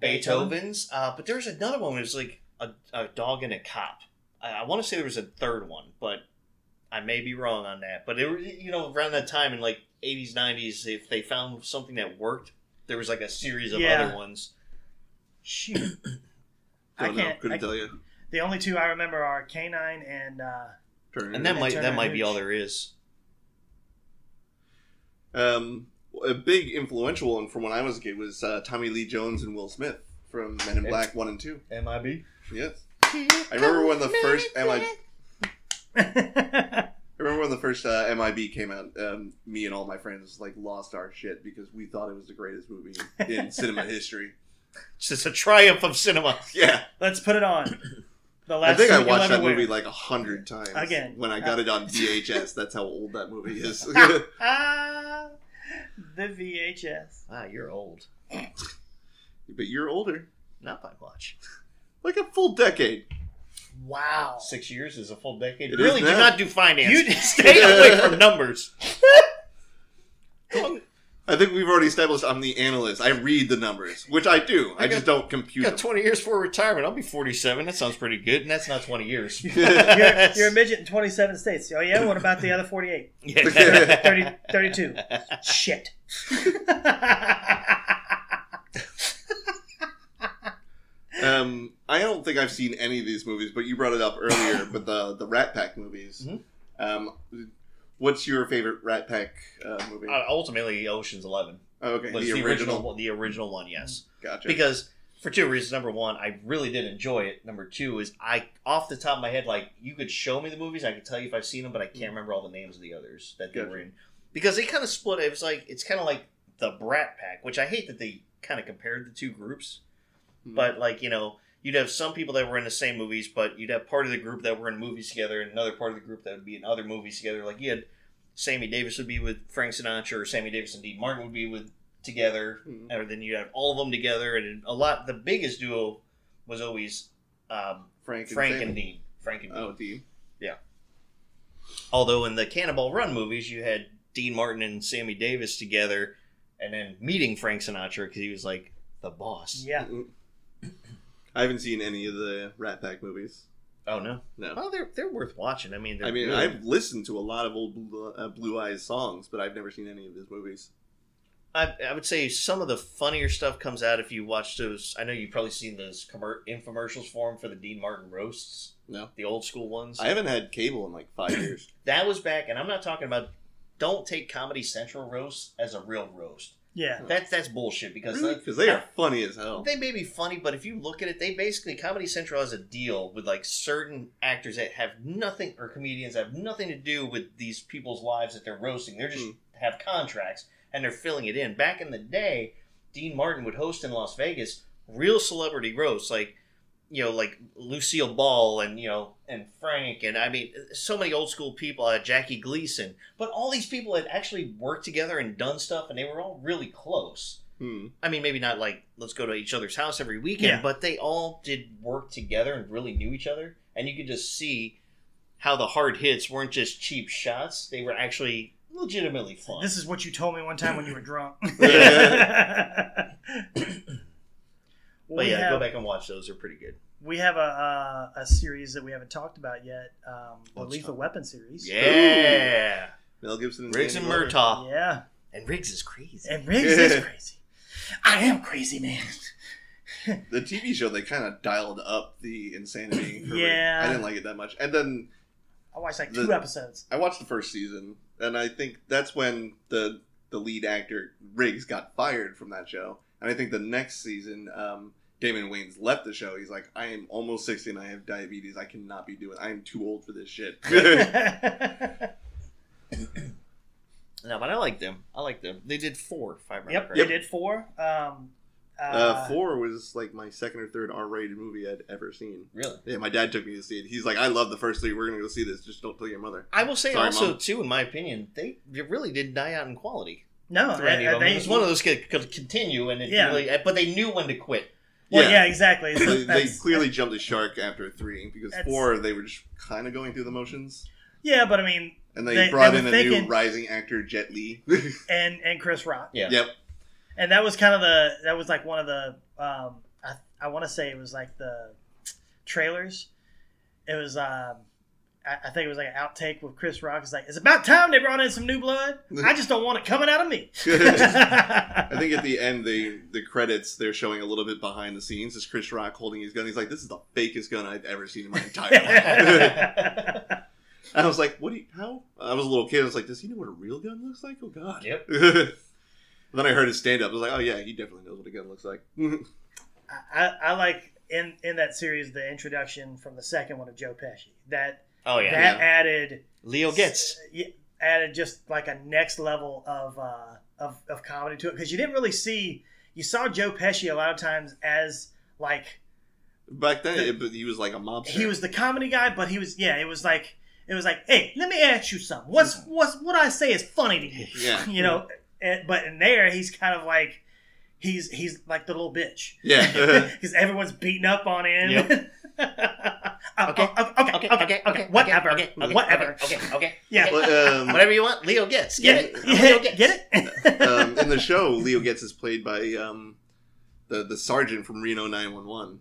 Beethoven's. Uh, but there's another one. It was like a, a dog and a cop. I, I want to say there was a third one, but I may be wrong on that. But it, were- you know, around that time in like 80s, 90s, if they found something that worked, there was like a series of Yeah. other ones. Shoot. I Don't know. can't- Couldn't I- tell you. The only two I remember are Canine and uh, Turner. And that Yeah, might Turner that might be Hooch. all there is. um, a big influential one from when I was a kid was uh, Tommy Lee Jones and Will Smith from Men in Yeah. Black One and Two. MIB. Yes. I remember when the first MIB. yeah, I remember when the first uh, MIB came out. Um, me and all my friends like lost our shit because we thought it was the greatest movie in cinema history. It's just a triumph of cinema. Yeah, let's put it on. The I last think I thing you'll watched that ever wear. movie like a hundred times Again. when I got it on VHS. That's how old that movie is. Ah, the VHS. Ah, you're old. but you're older, Not by much. like a full decade. Wow. Six years is a full decade. It is really, do now. not do finance. You- stay away from numbers. I think we've already established I'm the analyst. I read the numbers, which I do. I, I got- just don't You compute got them. 20 years for retirement. I'll be 47. That sounds pretty good. And that's not 20 years. You're, you're a midget in 27 states. Oh, yeah? What about the other 48? Yeah. 30, 32. Shit. Um, I don't think I've seen any of these movies, but you brought it up earlier. but the the Rat Pack movies. Mhm. Um, what's your favorite Rat Pack uh, movie? Uh, ultimately, Ocean's 11 oh, okay, was the, original, one- the original one, yes. Gotcha. Because for two reasons. Number one, I really did enjoy it. Number two is I, off the top of my head, like you could show me the movies, I could tell you if I've seen them, but I can't remember all the names of the others that they Gotcha. were in because they kind of split. It was like it's kind of like the Brat Pack, which I hate that they kind of compared the two groups. Mm-hmm. But like you know, you'd have some people that were in the same movies, but you'd have part of the group that were in movies together, and another part of the group that would be in other movies together. Like you had Sammy Davis would be with Frank Sinatra, or Sammy Davis and Dean Martin would be with together, Mhm. and then you would have all of them together, and a lot. The biggest duo was always um, Frank and, Frank Sam. and Dean. Frank and Dean. Oh, Dean. Although in the Cannonball Run movies, you had Dean Martin and Sammy Davis together, and then meeting Frank Sinatra because he was like the boss. yeah. Mm-hmm. I haven't seen any of the Rat Pack movies. Oh no. No. Well, they're they're worth watching. I mean, they're I mean, good. I've listened to a lot of old Blue, uh, Blue Eyes songs, but I've never seen any of his movies. I, I would say some of the funnier stuff comes out if you watch those. I know you've probably seen those commer- infomercials for 'em for the Dean Martin roasts. No. The old school ones. I haven't had cable in like five years. that was back, and I'm not talking about. Don't take Comedy Central roasts as a real roast. Yeah. That's that's bullshit because like, Because they are funny as hell. they may be funny, but if you look at it, they basically Comedy Central has a deal with like certain actors that have nothing or comedians that have nothing to do with these people's lives that they're roasting. They're just Mm. have contracts and they're filling it in. Back in the day, Dean Martin would host in Las Vegas real celebrity roasts, like you know, like Lucille Ball and you know, and Frank, and I mean, so many old school people, uh, Jackie Gleason. But all these people had actually worked together and done stuff, and they were all really close. Hmm. I mean, maybe not like let's go to each other's house every weekend, Yeah. but they all did work together and really knew each other, and you could just see how the hard hits weren't just cheap shots; they were actually legitimately fun. This is what you told me one time when you were drunk. but we, yeah, go have, back and watch those; they're pretty good. we have a, uh, a series that we haven't talked about yet um, the Let's Lethal talk. Weapon series. Yeah, Mel Gibson and Riggs and Sandy Lauder. Murtaugh, Yeah. and Riggs is crazy. And Riggs is Yeah. crazy. I am crazy, man. The TV show they kind of dialed up the insanity. for Riggs. Yeah. I didn't like it that much. And then I watched like The- two episodes. I watched the first season, and I think that's when the the lead actor Riggs got fired from that show. And I think the next season, um, Damon Wayans left the show. He's like, I am almost sixty and I have diabetes. I cannot be doing. I am too old for this shit. Uh, yep, No, but I like them. I like them. They did four, if I remember they correctly. did four. Um, uh, uh, four was like my second or third R-rated movie I'd ever seen. Really? Yeah, my dad took me to see it. He's like, I love the first three. We're gonna go see this. Just don't tell your mother. I will say Sorry, also Mom. too, in my opinion, they they really did die out in quality. No, through any uh, of them. they- It was one of those could, could continue, and it Yeah. really, but they knew when to quit. Well, Yeah. yeah, exactly. So They, they that's- clearly jumped the shark after three because That's- four they were just kind of going through the motions, yeah, but I mean, and they, They- brought they in were a thinking- new rising actor Jet Li. and and Chris Rock, Yeah, Yep. and that was kind of the that was like one of the um, I I want to say it was like the trailers. It was um, I, I think it was like an outtake with Chris Rock. It's like it's about time they brought in some new blood. I just don't want it coming out of me. I think at the end, the the credits they're showing a little bit behind the scenes is Chris Rock holding his gun. He's like, "This is the fakest gun I've ever seen in my entire life." and I was like, "What? Do you, how?" I was a little kid. I was like, "Does he know what a real gun looks like?" Oh God. Yep. then I heard his stand up. I was like, "Oh yeah, he definitely knows what a gun looks like." I, I like in in that series the introduction from the second one of Joe Pesci. That Oh yeah, that added Leo gets. y- added just like a next level of uh, of of comedy to it because you didn't really see you saw Joe Pesci a lot of times as like Back then, it, but he was like a mobster. he was the comedy guy, but he was yeah it was like it was like hey let me ask you something what's what's what I say is funny to you Yeah. you know and, but in there he's kind of like he's he's like the little bitch Yeah. because everyone's beating up on him. Yep. Uh, okay, okay, okay, okay, okay, whatever, whatever. okay, okay, okay. Yeah. But, um, Whatever you want, Leo gets. Get Get it? it, Leo Get gets. it? um, in the show, Leo gets is played by um, the the sergeant from Reno 911,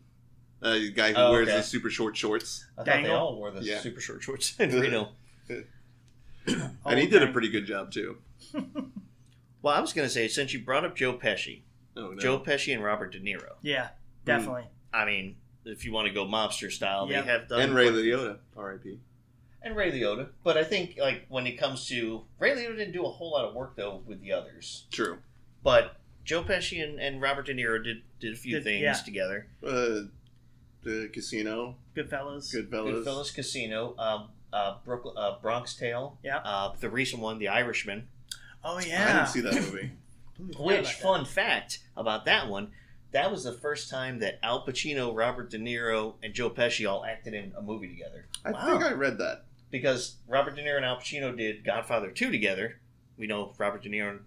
uh, the guy who Oh, wears okay. the super short shorts. I thought they Dangle. all wore the Yeah. super short shorts in Reno. Oh, and he did a Okay. pretty good job too. Well, I was going to say since you brought up Joe Pesci, Oh no. Joe Pesci and Robert De Niro. Hmm. Yeah, definitely. I mean, if you want to go mobster style, Yeah. they have done and Ray Liotta, R.I.P. and Ray Liotta. But I think like when it comes to Ray Liotta didn't do a whole lot of work though with the others. True. But Joe Pesci and, and Robert De Niro did did a few Did- things yeah. together. Uh, the Casino, Goodfellas. Goodfellas, Goodfellas Casino, um, uh, Brooklyn, uh, Bronx Tale, Yeah. uh, the recent one, The Irishman. Oh I yeah. didn't see that movie. Mm, Forgot Which about that. fun fact about that one? That was the first time that Al Pacino, Robert De Niro, and Joe Pesci all acted in a movie together. I Wow. think I read that. Because Robert De Niro and Al Pacino did Godfather Two together. We know Robert De Niro and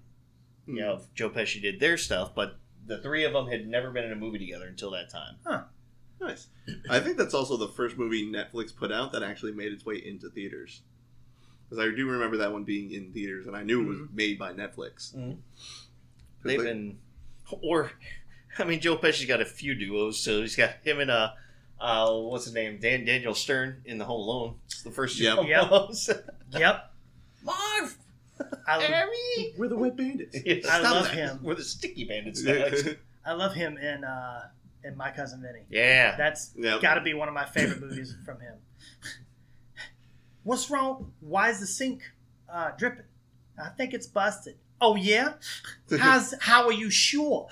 Hmm. you know, Joe Pesci did their stuff, but the three of them had never been in a movie together until that time. Nice. I think that's also the first movie Netflix put out that actually made its way into theaters. Because I do remember that one being in theaters, and I knew it was made by Mhm. Netflix. 'Cause Mm-hmm. They've they- been, or, I mean, Joe Pesci's got a few duos. So he's got him and uh, uh what's his name, Dan Daniel Stern in the Home Alone. It's the first Yep. Home Yep. Alones. Yep. Marv, I, Harry, We're the Wet Bandits. Yeah, I stop love that. him. We're the Sticky Bandits. guys. yep. I love him in uh, in My Cousin Vinny. yeah, That's got to be one of my favorite movies from him. What's wrong? Why is the sink uh, dripping? I think it's busted. Oh yeah, How's, how are you sure?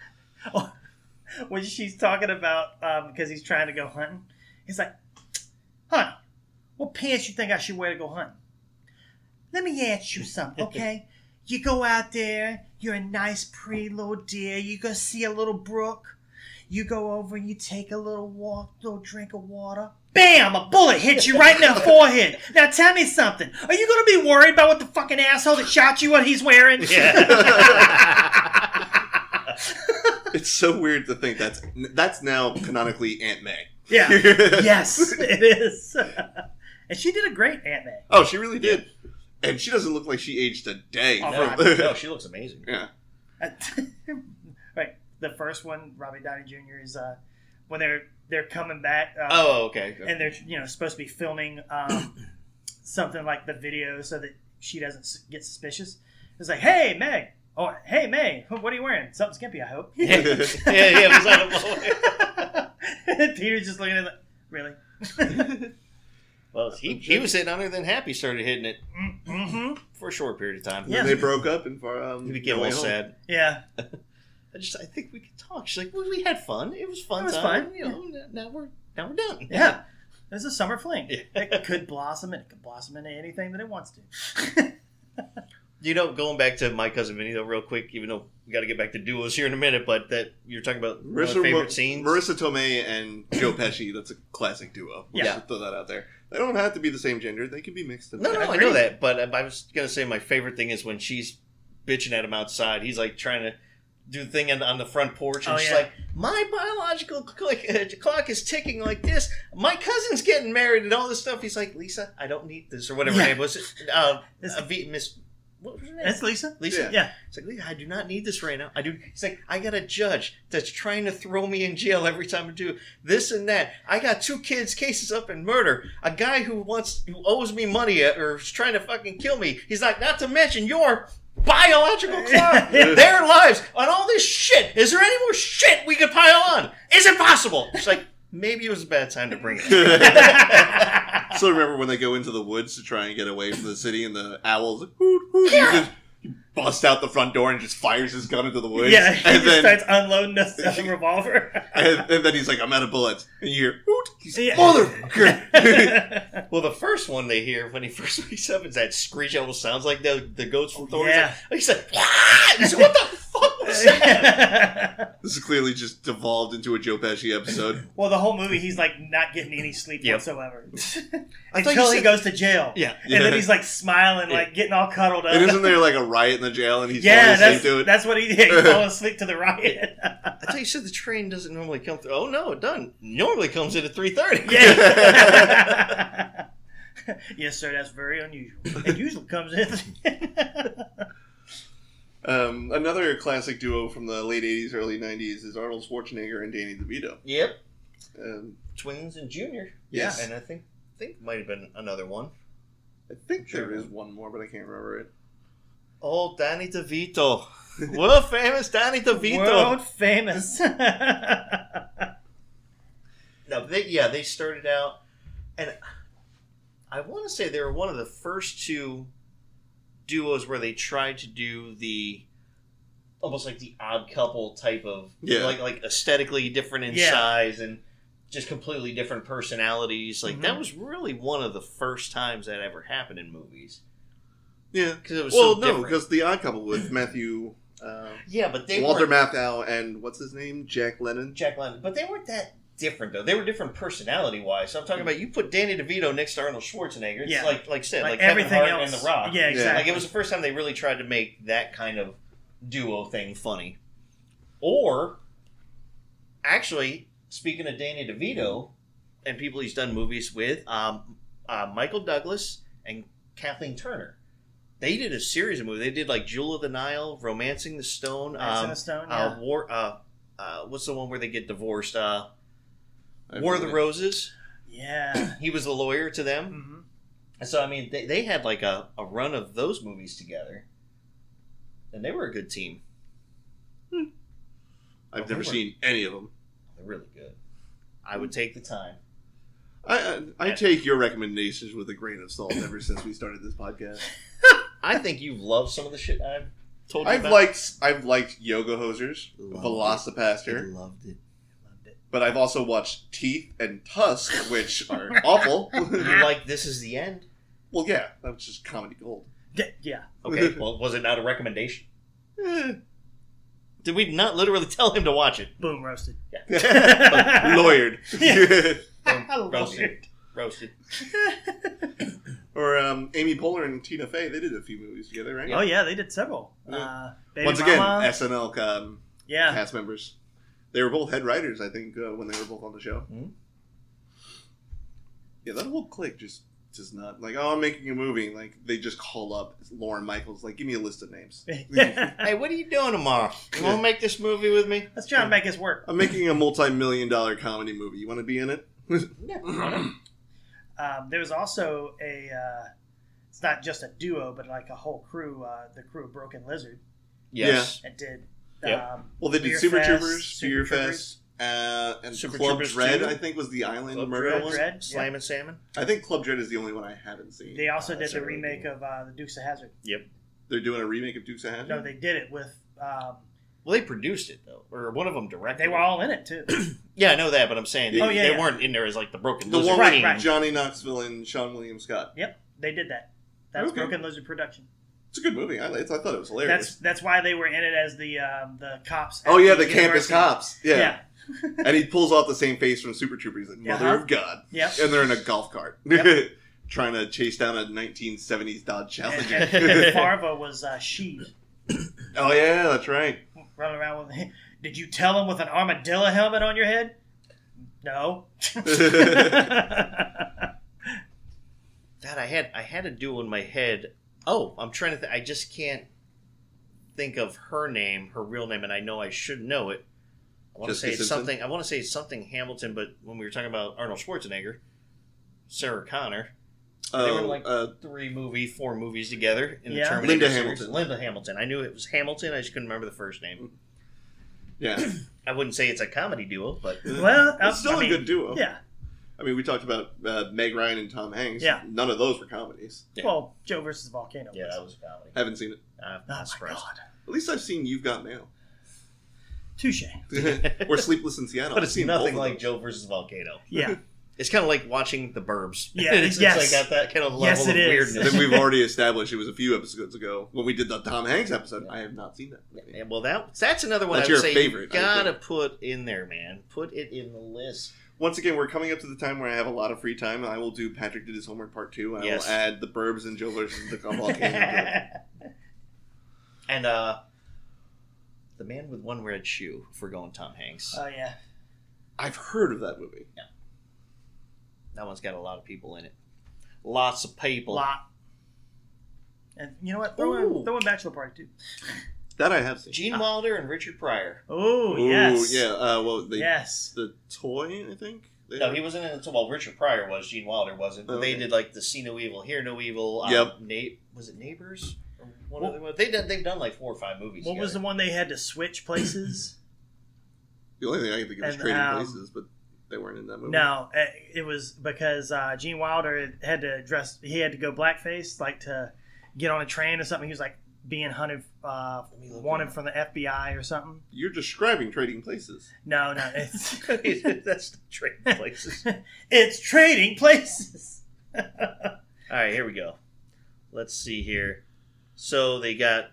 when she's talking about because he's trying to go hunting, he's like, "Honey, what pants you think I should wear to go hunting?" Let me ask you something, okay? You go out there, you're a nice, pretty little deer. You go see a little brook. You go over and you take a little walk, little drink of water. Bam! A bullet hits you right in the forehead. Now tell me something. Are you gonna be worried about what the fucking asshole that shot you what he's wearing? Yeah. It's so weird to think that's that's now canonically Aunt May. Yeah. yes, it is. and she did a great Aunt May. Oh, she really did. And she doesn't look like she aged a day. Oh, no, no, she looks amazing. yeah. Uh, right, the first one, Robbie Downey Jr. is uh, when they're they're coming back, uh, Oh, okay. and they're you know supposed to be filming um, something like the video so that she doesn't s- get suspicious. It's like, hey Meg, or hey May, what are you wearing? Something skimpy, I hope. yeah, yeah, yeah. Was that and Peter's just looking at it like, really. well, he, he was hitting on her, then Happy started hitting it Mm-hmm. for a short period of time. Yeah. And They broke up and far. Um, He became No Way all Home. sad. Yeah, I just, I think we could talk. She's like, well, we had fun. It was fun. It was time. fun. You know, n- now we're now we're done. yeah. There's a summer fling. Yeah. It could blossom, and it could blossom into anything that it wants to. You know, going back to my cousin Vinny though, real quick. Even though we got to get back to duos here in a minute, but that you're talking about one of my Marissa, favorite Mo- scenes. Marissa Tomei and Joe Pesci. That's a classic duo. We Yeah. should throw that out there. They don't have to be the same gender. They can be mixed. and No, no, matched. I know that, but uh, I was gonna say my favorite thing is when she's bitching at him outside. He's like trying to do the thing on, on the front porch, and Oh, she's yeah. like, "My biological click, uh, clock is ticking like this. My cousin's getting married, and all this stuff." He's like, "Lisa, I don't need this," or whatever Yeah. her name was. Uh, It's- uh, v, Miss, what was her name? That's Lisa. Lisa. Yeah. It's like, Lisa, I do not need this right now. I do. It's like, I got a judge that's trying to throw me in jail every time I do this and that. I got two kids' cases up in murder. A guy who wants, who owes me money uh, or is trying to fucking kill me. He's like, not to mention your biological clock, their lives, and all this shit. Is there any more shit we could pile on? Is it possible? It's like, maybe it was a bad time to bring it. So remember when they go into the woods to try and get away from the city, and the owls like, hoot hoot. Yeah. Just, he busts out the front door and just fires his gun into the woods. Yeah, he and just then starts unloading a, a revolver. and, and then he's like, "I'm out of bullets." And you hear, "Hoot!" He's Yeah. motherfucker. yeah, Well, the first one they hear when he first wakes up is that screech almost sounds like the the goats from Thor. yeah. He's like, "Ah!" He's like, what the fuck was that? this is clearly just devolved into a Joe Pesci episode. well, the whole movie, he's like not getting any sleep Yep. whatsoever I thought you until he said- goes to jail. Yeah. And then Yeah. he's like smiling, Yeah. like getting all cuddled up. And isn't there like a riot in the jail, and he's yeah, falling that's, asleep to it? that's what he did. He fell asleep to the riot. I thought you said the train doesn't normally come through. Oh no, it doesn't. Normally comes in at three thirty. yeah. yes, sir. That's very unusual. It usually comes in. Um, another classic duo from the late '80s, early '90s is Arnold Schwarzenegger and Danny DeVito. Yep. Um, Twins and Junior. Yes. And I think think might have been another one. I think there is one more, but I can't remember it. Oh, Danny DeVito. World famous Danny DeVito. World famous. yeah. No, they yeah, they started out, and I want to say they were one of the first two duos where they tried to do the almost like the odd couple type of Yeah. like like aesthetically different in Yeah. size and just completely different personalities. Like that Mhm. was really one of the first times that ever happened in movies Yeah. because it was Well, so no, different. because the Odd Couple with Matthew, uh, yeah, but they Walter weren't Matthau, and what's his name, Jack Lennon. Jack London, but they weren't that different though. They were different personality wise. So I'm talking about you put Danny DeVito next to Arnold Schwarzenegger. It's Yeah. like like I said, like, Like Kevin everything Hart else. and The Rock. Yeah, exactly. Like it was the first time they really tried to make that kind of duo thing funny. Or actually, speaking of Danny DeVito and people he's done movies with, um, uh, Michael Douglas and Kathleen Turner. They did a series of movies. They did like Jewel of the Nile, Romancing the Stone, That's in um, a stone. Yeah. uh, war. Uh, uh, what's the one where they get divorced? Uh, I War of the believe. Roses. yeah. He was the lawyer to them. hmm And So I mean, they, they had like a, a run of those movies together, and they were a good team. I've Oh, never they were- seen any of them. They're really good. I Hmm. would take the time. I, I, I Yeah. take your recommendations with a grain of salt. Ever since we started this podcast, I think you love some of the shit I've told you I've about. liked I've liked Yoga Hosers, Loved I Velocipaster, loved it. Loved it. but I've also watched Teeth and Tusk, which are awful. Ah. You like This Is the End? well, yeah, that was just comedy gold. D- yeah. Okay, well, was it not a recommendation? Eh, Did we not literally tell him to watch it? Boom, roasted. lawyered. Boom, Lawyered. roasted. Roasted. or um, Amy Poehler and Tina Fey, they did a few movies together, right? Oh yeah, they did several. Yeah. Uh, Baby Once again, Mama. SNL um, yeah. cast members. They were both head writers, I think, uh, when they were both on the show. Mhm. Yeah, that whole clique just does not like. Oh, I'm making a movie. Like they just call up Lauren Michaels. Like, give me a list of names. Hey, what are you doing tomorrow? You want to make this movie with me? Let's try to make this work. I'm making a multi-million dollar comedy movie. You want to be in it? Um, there was also a. Uh, it's not just a duo, but like a whole crew. Uh, the crew of Broken Lizard Yes. that did. Yep. Um, Well, they Beer did Super Fest, Troopers, Super Super Troopers. Fest, uh, and Super Club Troopers Dread. 2. I think was the Island Club Murder Dread, one. Dread, Slam yeah. and Salmon? I think Club Dread is the only one I haven't seen. They also Oh, did that's the a really good remake of uh, the Dukes of Hazard. They're doing a remake of Dukes of Hazzard. No, they did it with. Um, Well, they produced it, though. Or one of them directed they were it. all in it too. Yeah, I know that, but I'm saying they, Oh, yeah, they yeah. weren't in there as like the broken the lizard one Right, team. with right. Johnny Knoxville and Sean William Scott. yep, they did that. That was Okay. Broken Lizard production. It's a good movie. I, it's, I thought it was hilarious. That's that's why they were in it as the um, the cops. Oh at yeah, the campus university. cops. Yeah. yeah, and he pulls off the same face from Super Troopers. Like, Yeah. Mother of God! Yep. And they're in a golf cart, Yep. trying to chase down a 1970s Dodge And, Challenger. and, and Farva was uh, Sheev oh yeah, that's right. running around with. Did you tell him with an armadillo helmet on your head? No. That I had I had a duo in my head. Oh, I'm trying to. Th- I just can't think of her name, her real name, and I know I should know it. I want to say Jessica it's Simpson? something. I want to say it's something Hamilton, but when we were talking about Arnold Schwarzenegger, Sarah Connor, Oh, were like- uh, three movie, four movies together in Yeah. the Terminator Linda series. Hamilton. Linda Hamilton. I knew it was Hamilton. I just couldn't remember the first name. yeah, I wouldn't say it's a comedy duo, but well, I- it's still Um, I mean, a good duo. Yeah. I mean, we talked about uh, Meg Ryan and Tom Hanks. Yeah. none of those were comedies. Yeah. Well, Joe versus Volcano. yeah, was. that was a comedy. Haven't seen it. I'm Oh my not surprised. god. At least I've seen You've Got Mail Touche. or Sleepless in Seattle. But I've it's seen nothing both of like those. Joe versus Volcano. Yeah. It's kind of like watching The Burbs. Yeah, it's, yes. it's like got that kind of level Yes, of it is. weirdness. Then we've already established it was a few episodes ago when we did the Tom Hanks episode. I have not seen that. Movie. And well, that that's another one That's I would your say favorite, you I gotta think. put in there, man. Put it in the list. Once again, we're coming up to the time where I have a lot of free time. I will do Patrick did his homework part two. And Yes. I will add the Burbs and Joe versus the Volcano. And uh the man with one red shoe. If we're going Tom Hanks, oh yeah. I've heard of that movie. that one's got a lot of people in it. Lots of people. Lot. And you know what? Throw in, Ooh. throw in Bachelor Party too. That I have seen. Gene Wilder and Richard Pryor. Oh Ooh, yes. yeah. Uh, well, the yes. the toy, I think. They- No, he wasn't in it. Well, Richard Pryor was. Gene Wilder wasn't. But They Okay. did like the See No Evil, Hear No Evil. Um, Yep. Na- was it Neighbors? Or one What- other one? They done, they've done like four or five movies. What was the together. one they had to switch places? the only thing I can think of is And, Trading um, Places, but they weren't in that movie. no, eh, it was because uh, Gene Wilder had to dress. He had to go blackface, like to get on a train or something. He was like being hunted, uh, Let me look it wanted up. from the FBI or something. You're describing Trading Places. No, no, it's That's not trading places. it's trading places. All right, here we go. Let's see here. So they got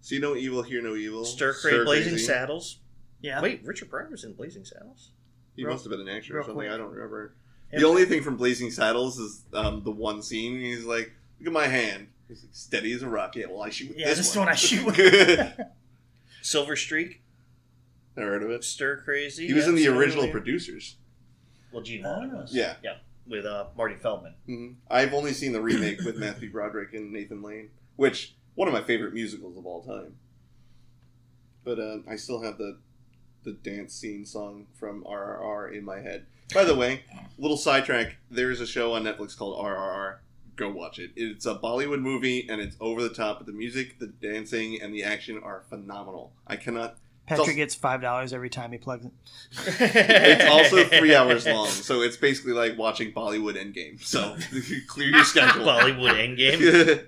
See no evil, hear no evil. Stir Cray, Blazing Crazy. Saddles. Yeah. Wait, Richard Pryor was in Blazing Saddles. He Real- must have been an actor real or something. quick. I don't remember. It The only thing from Blazing Saddles is um, the one scene. He's like, "Look at my hand." He's like, "Steady as a rock." Yeah, well, I shoot with Yeah, this, this is one. what I shoot with. Never Silver Streak, heard of it. Stir Crazy. He was in the Absolutely. original producers. Well, Gene Wilder Oh. was. Yeah, With uh, Marty Feldman. hmm I've only seen the remake with Matthew Broderick and Nathan Lane, which one of my favorite musicals of all time. But um, I still have the the dance scene song from RRR in my head. By the way, little sidetrack. There is a show on Netflix called RRR. Go watch it. It's a Bollywood movie, and it's over the top. But the music, the dancing, and the action are phenomenal. I cannot. Patrick gets five dollars every time he plugs it. It's also three hours long, so it's basically like watching Bollywood Endgame. So clear your schedule. Bollywood Endgame.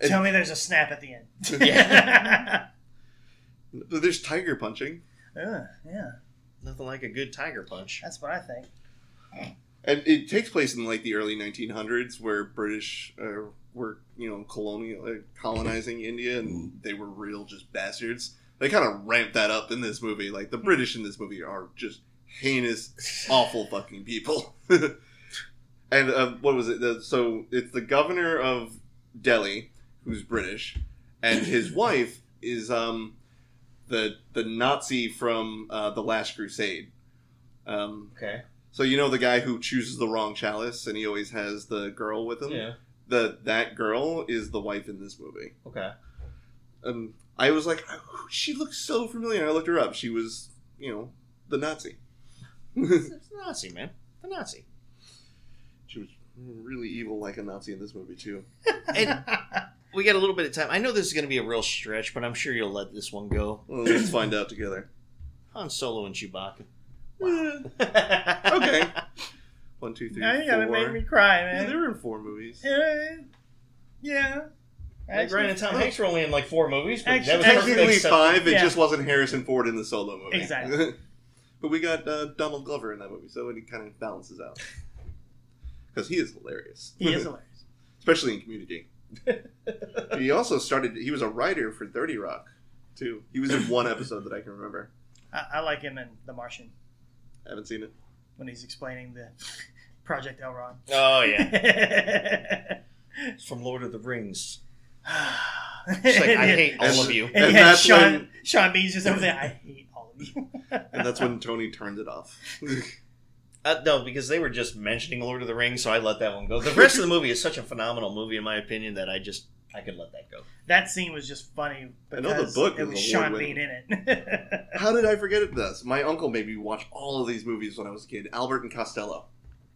Tell Tell me there's a snap at the end. Yeah. But there's tiger punching. Ugh, yeah, Nothing like a good tiger punch. that's what I think. And it takes place in like the early 1900s where British, uh, were you know colonial uh, colonizing India and they were real just bastards. They kind of ramped that up in this movie. Like the British in this movie are just heinous, awful fucking people. and uh, what was it? The, so it's the governor of Delhi who's British, and his wife is um the the Nazi from uh, the Last Crusade. Um, Okay. so you know the guy who chooses the wrong chalice and he always has the girl with him. Yeah. The that girl is the wife in this movie. Okay. Um, I was like, "Oh, she looks so familiar. I looked her up. She was, you know, the Nazi. It's it's a Nazi, man. The Nazi. she was really evil, like a Nazi in this movie too. And we got a little bit of time. I know this is going to be a real stretch, but I'm sure you'll let this one go. Well, let's find out together. Han Solo and Chewbacca. Yeah. okay. One, two, three, Now you gotta four. make me cry, yeah, they man. were in four movies. Yeah. yeah. Like Ryan and Tom Hanks were only in like four movies, but Actually- that was Technically perfect. five. It Yeah. just wasn't Harrison Ford in the solo movie. Exactly. but we got uh, Donald Glover in that movie, so it kind of balances out. Because he is hilarious. He is hilarious. especially in Community. he also started. He was a writer for Thirty Rock, too. He was in one episode that I can remember. I, I like him in The Martian I haven't seen it. when he's explaining the Project Elrond. Oh yeah, from Lord of the Rings. It's like, I hate all of you. And, And yeah, that's Sean when- Sean Bean's just over there. I hate all of you. And that's when Tony turns it off. Uh, no, because they were just mentioning Lord of the Rings, so I let that one go. The rest of the movie is such a phenomenal movie, in my opinion, that I just I could let that go. that scene was just funny I know the because book it is was Sean award-winning. Bean in it. How did I forget this? My uncle made me watch all of these movies when I was a kid. Albert and Costello.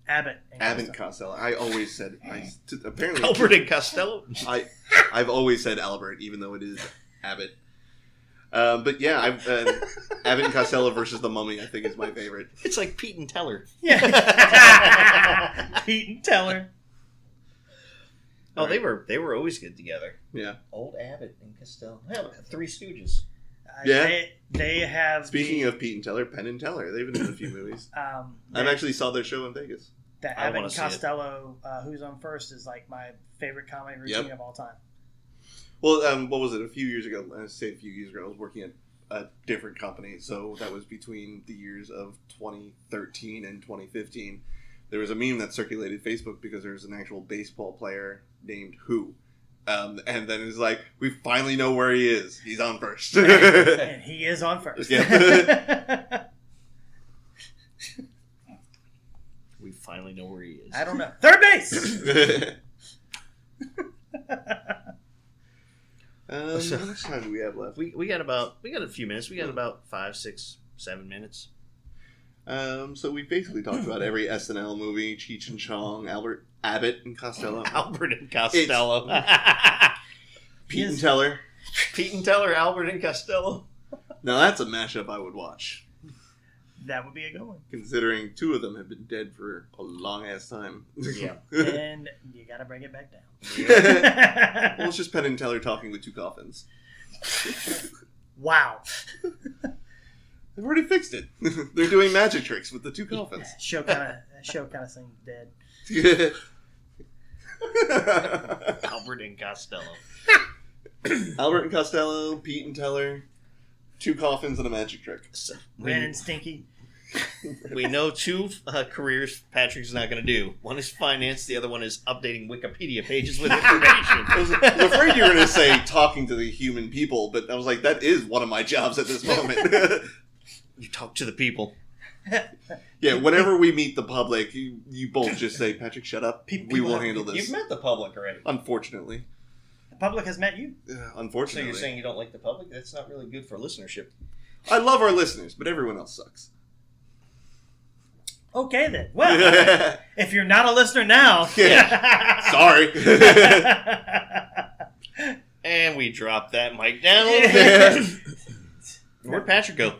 Abbott. and Abbott and Costello. Costello. I always said. I, t- apparently, Albert and Costello. I, I've always said Albert, even though it is Abbott. Um, but yeah, I've, uh, Abbott and Costello versus the Mummy, I think, is my favorite. It's like Pete and Teller. Yeah. Pete and Teller. Oh, they were they were always good together. Yeah. Old Abbott and Costello. Hell, Three Stooges. Uh, Yeah. They, they have. Speaking the, of Pete and Teller, Penn and Teller, they've been in a few movies. Um, I've the- actually saw their show in Vegas. the I Abbott wanna and see it. Costello, uh, who's on first, is like my favorite comedy routine Yep. of all time. Well, um, what was it? A few years ago, I say a few years ago, I was working at a different company, so that was between the years of 2013 and 2015. There was a meme that circulated Facebook because there was an actual baseball player named Who, um, and then it's like we finally know where he is. He's on first. Um, yeah, and he is on first. We finally know where he is. I don't know. Third base. um, how much time do we have left? We, we got about we got a few minutes. We got about five, six, seven minutes. Um, so we basically talked about every SNL movie: Cheech and Chong, Albert Abbott and Costello, Albert and Costello. Pete and Teller. Pete and Teller, Albert and Costello. Now that's a mashup I would watch, that would be a good one. considering two of them have been dead for a long ass time. Yeah. well, And you got to bring it back it's down. just Penn and Teller talking with two coffins. wow. They've already fixed it. They're doing magic tricks with the two coffins. That show kind of that show kind of seemed dead. Albert and Costello. Albert and Costello, Pete and Teller, two coffins and a magic trick. So Ren we, and Stinky. we know two uh, careers Patrick's not going to do. One is finance. The other one is updating Wikipedia pages with information. I was, I was afraid you were going to say talking to the human people, but I was like, that is one of my jobs at this moment. you talk to the people. yeah, whenever we meet the public, you, you both just say, Patrick, shut up. Pe- we people will have- handle this. You've met the public already. Unfortunately. The public has met you. Ugh, So Unfortunately. you're saying you don't like the public? That's not really good for listenership. I love our listeners, but everyone else sucks. Okay then. Well, if you're not a listener now, Sorry. And we drop that mic down a little bit. Yeah. Where'd Patrick go?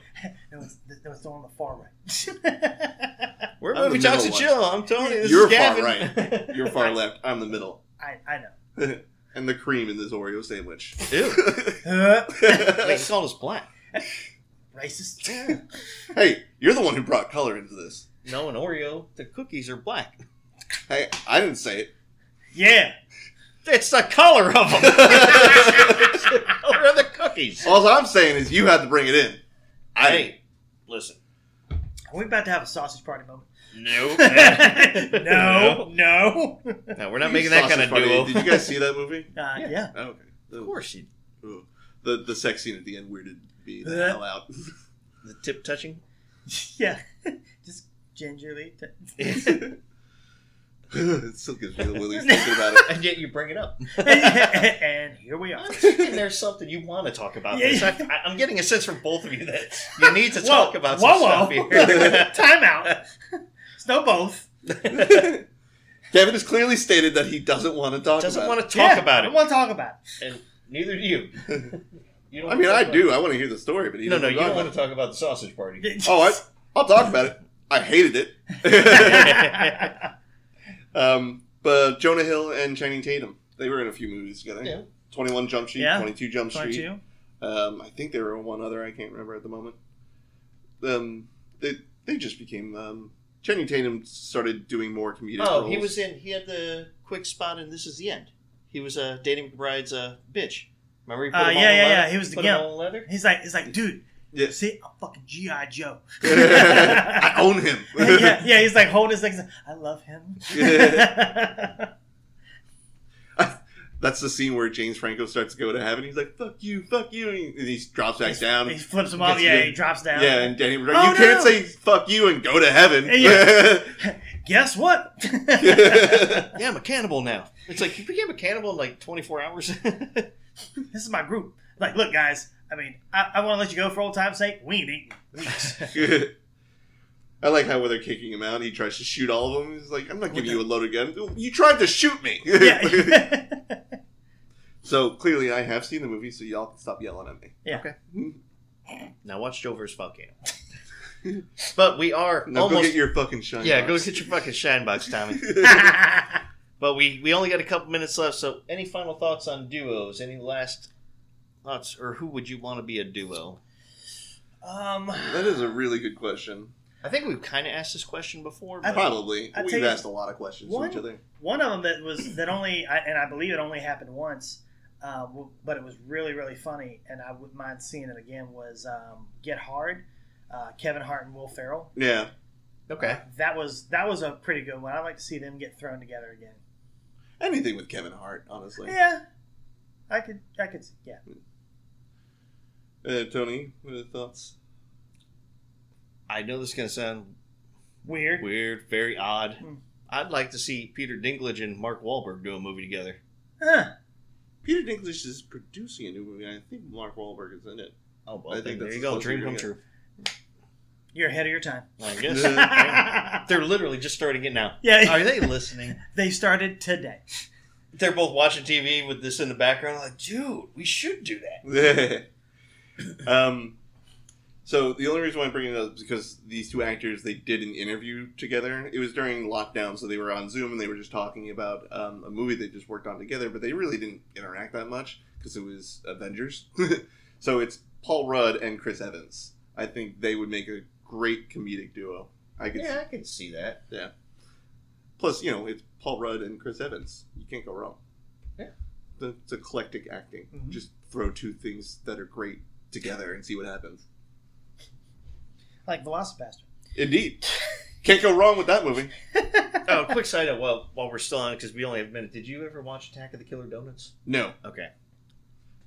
No, it's, no, it's on the far right. We're I'm the Movie Talks and middle one. Chill. I'm Tony. This You're is Gavin. far right. You're far left. I'm the middle. I, I know. And the cream in this Oreo sandwich. Ew. Huh? Wait, he called us black. Racist. hey, you're the one who brought color into this. No, an Oreo. The cookies are black. Hey, I didn't say it. Yeah. It's the color of them. it's the color of the cookies. All I'm saying is you had to bring it in. I Hey, listen. Are we about to have a sausage party moment? No. no, no. Uh, No, we're not making that kind of Sausage duo. Party. Did you guys see that movie? yeah. Oh, okay. Of course, you, Ooh. The the sex scene at the end weirded me the Uh. hell out. the tip touching. Yeah. Just gingerly. t- it still gives me the willies thinking about it. And yet you bring it up. and here we are. I'm thinking there's something you want to talk about. This. I, I- I'm getting a sense from both of you that you need to talk about some whoa, stuff whoa. here. Time out. It's no both. Kevin has clearly stated that he doesn't want to talk Doesn't about want to talk Yeah, about I it. want to talk about it. And neither do you. you don't it. I mean, wanna I talk do. I want to hear the story, but he about- No, no, doesn't you talk don't about want to talk about the sausage party. it. Oh, I, I'll talk about it. I hated it. yeah. um, but Jonah Hill and Channing Tatum, they were in a few movies together. Yeah. 21 Jump Street, Yeah. 22 Jump Street. 22? Um, I think there were one other I can't remember at the moment. Um, they they just became um, Channing Tatum started doing more comedic. Oh, roles. he was in. He had the quick spot, and this is the end. He was uh, dating McBride's uh, bitch. Remember, he put Uh, him yeah, all in yeah, leather? yeah, he was the put him gimp. all in leather. He's like, he's like, dude, Yeah. see, I'm fucking G.I. Joe. I own him. yeah, yeah, he's like holding his legs. I love him. That's the scene where James Franco starts to go to heaven. He's like, "Fuck you, fuck you," and he drops back down. Um, he flips him off. Gets Yeah, good. he drops down. yeah, and Danny, Rodriguez, Oh, you can't no. say "fuck you" and go to heaven. Yeah. Guess what? this Yeah, I'm a cannibal now. It's like he became a cannibal in like 24 hours. is my group. Like, look, guys. I mean, I, I want to let you go for old time's sake. We ain't eating weeks. I like how when they're kicking him out, he tries to shoot all of them. He's like, "I'm not giving you a loaded gun. You tried to shoot me." yeah. So clearly, I have seen the movie, so y'all can stop yelling at me. now watch Joe vs. Volcano. but we are Now almost. go get your fucking shine. yeah, box. go get your fucking shine box, Tommy. but we we only got a couple minutes left. So, any final thoughts on duos? Any last thoughts, or who would you want to be a duo? um, that is a really good question. I think we've kind of asked this question before. But Probably, I'd we've take- asked a lot of questions One- to each other. one of them that was that only, I, and I believe it only happened once, uh, w- but it was really really funny, and I wouldn't mind seeing it again. Was um, Get Hard, uh, Kevin Hart and Will Ferrell. Yeah, okay, That was that was a pretty good one. I'd like to see them get thrown together again. anything with Kevin Hart, honestly. Yeah, I could I could see- yeah. Uh, Tony, what are your thoughts? I know this is gonna sound Weird. weird, very odd. Hmm. I'd like to see Peter Dinklage and Mark Wahlberg do a movie together. Huh. Peter Dinklage is producing a new movie. and I think Mark Wahlberg is in it. Oh, well, I then think there that's you as go. close as Dream you're come gonna true. You're ahead of your time. I guess. Yeah. yeah, They're literally just starting it now. Are they listening? they started today. They're both watching TV with this in the background. Like, dude, we should do that. um, so the only reason why I'm bringing it up is because these two actors they did an interview together. It was during lockdown, so they were on Zoom and they were just talking about um, a movie they just worked on together. But they really didn't interact that much because it was Avengers. so it's Paul Rudd and Chris Evans. I think they would make a great comedic duo. I could Yeah, I can see that. plus you know it's Paul Rudd and Chris Evans. You can't go wrong. Yeah. The- it's eclectic acting. Mhm. Just throw two things that are great together and see what happens. Like Velocipaster. Indeed. Can't go wrong with that movie. oh, quick side note while, while we're still on it, because we only have a minute. Did you ever watch Attack of the Killer Donuts? No, Okay.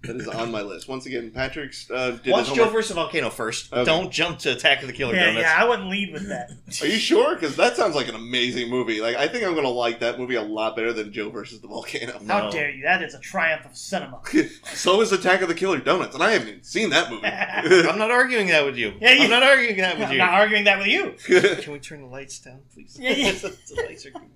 that is on my list. Once again, Patrick's uh, did his watch Joe homework. versus Volcano first. Okay. Don't jump to Attack of the Killer Yeah, Oh, Donuts. yeah, I wouldn't lead with that. Are you sure? Because that sounds like an amazing movie. Like I think I'm gonna like that movie a lot better than Joe versus the Volcano. No. How dare you? That is a triumph of cinema. so is Attack of the Killer Donuts, and I haven't even seen that I'm not arguing that with you. Yeah, you- I'm not arguing that with I'm you. not arguing that with you. movie. Can we turn the lights down, please? Yeah, yeah. the lights are going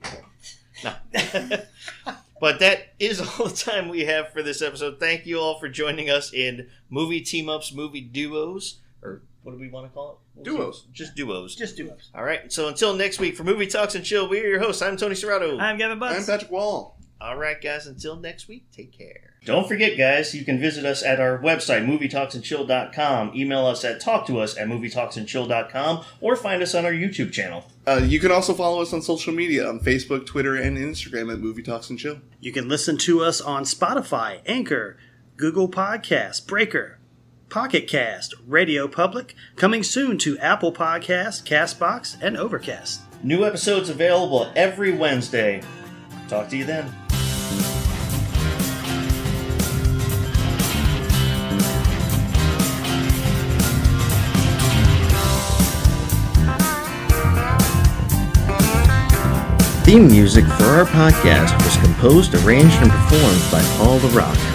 down. No. but that is all the time we have for this episode. Thank you all for joining us in movie team ups, movie duos, or what do we want to call it? Duos. Just duos. Just do it. All right. So until next week for Movie Talks and Chill, we are your hosts. I'm Tony Serrato. I'm Gavin Butts. I'm Patrick Wall. All right, guys, until next week, take care. Don't forget, guys, you can visit us at our website, movietalksandchill.com. Email us at talktous at movietalksandchill.com or find us on our YouTube channel. Uh, you can also follow us on social media on Facebook, Twitter, and Instagram at Movie Talks and Chill. You can listen to us on Spotify, Anchor, Google Podcasts, Breaker, Pocket Cast, Radio Public, coming soon to Apple Podcasts, Castbox, and Overcast. New episodes available every Wednesday. Talk to you then. Theme music for our podcast was composed, arranged, and performed by Paul the Rock.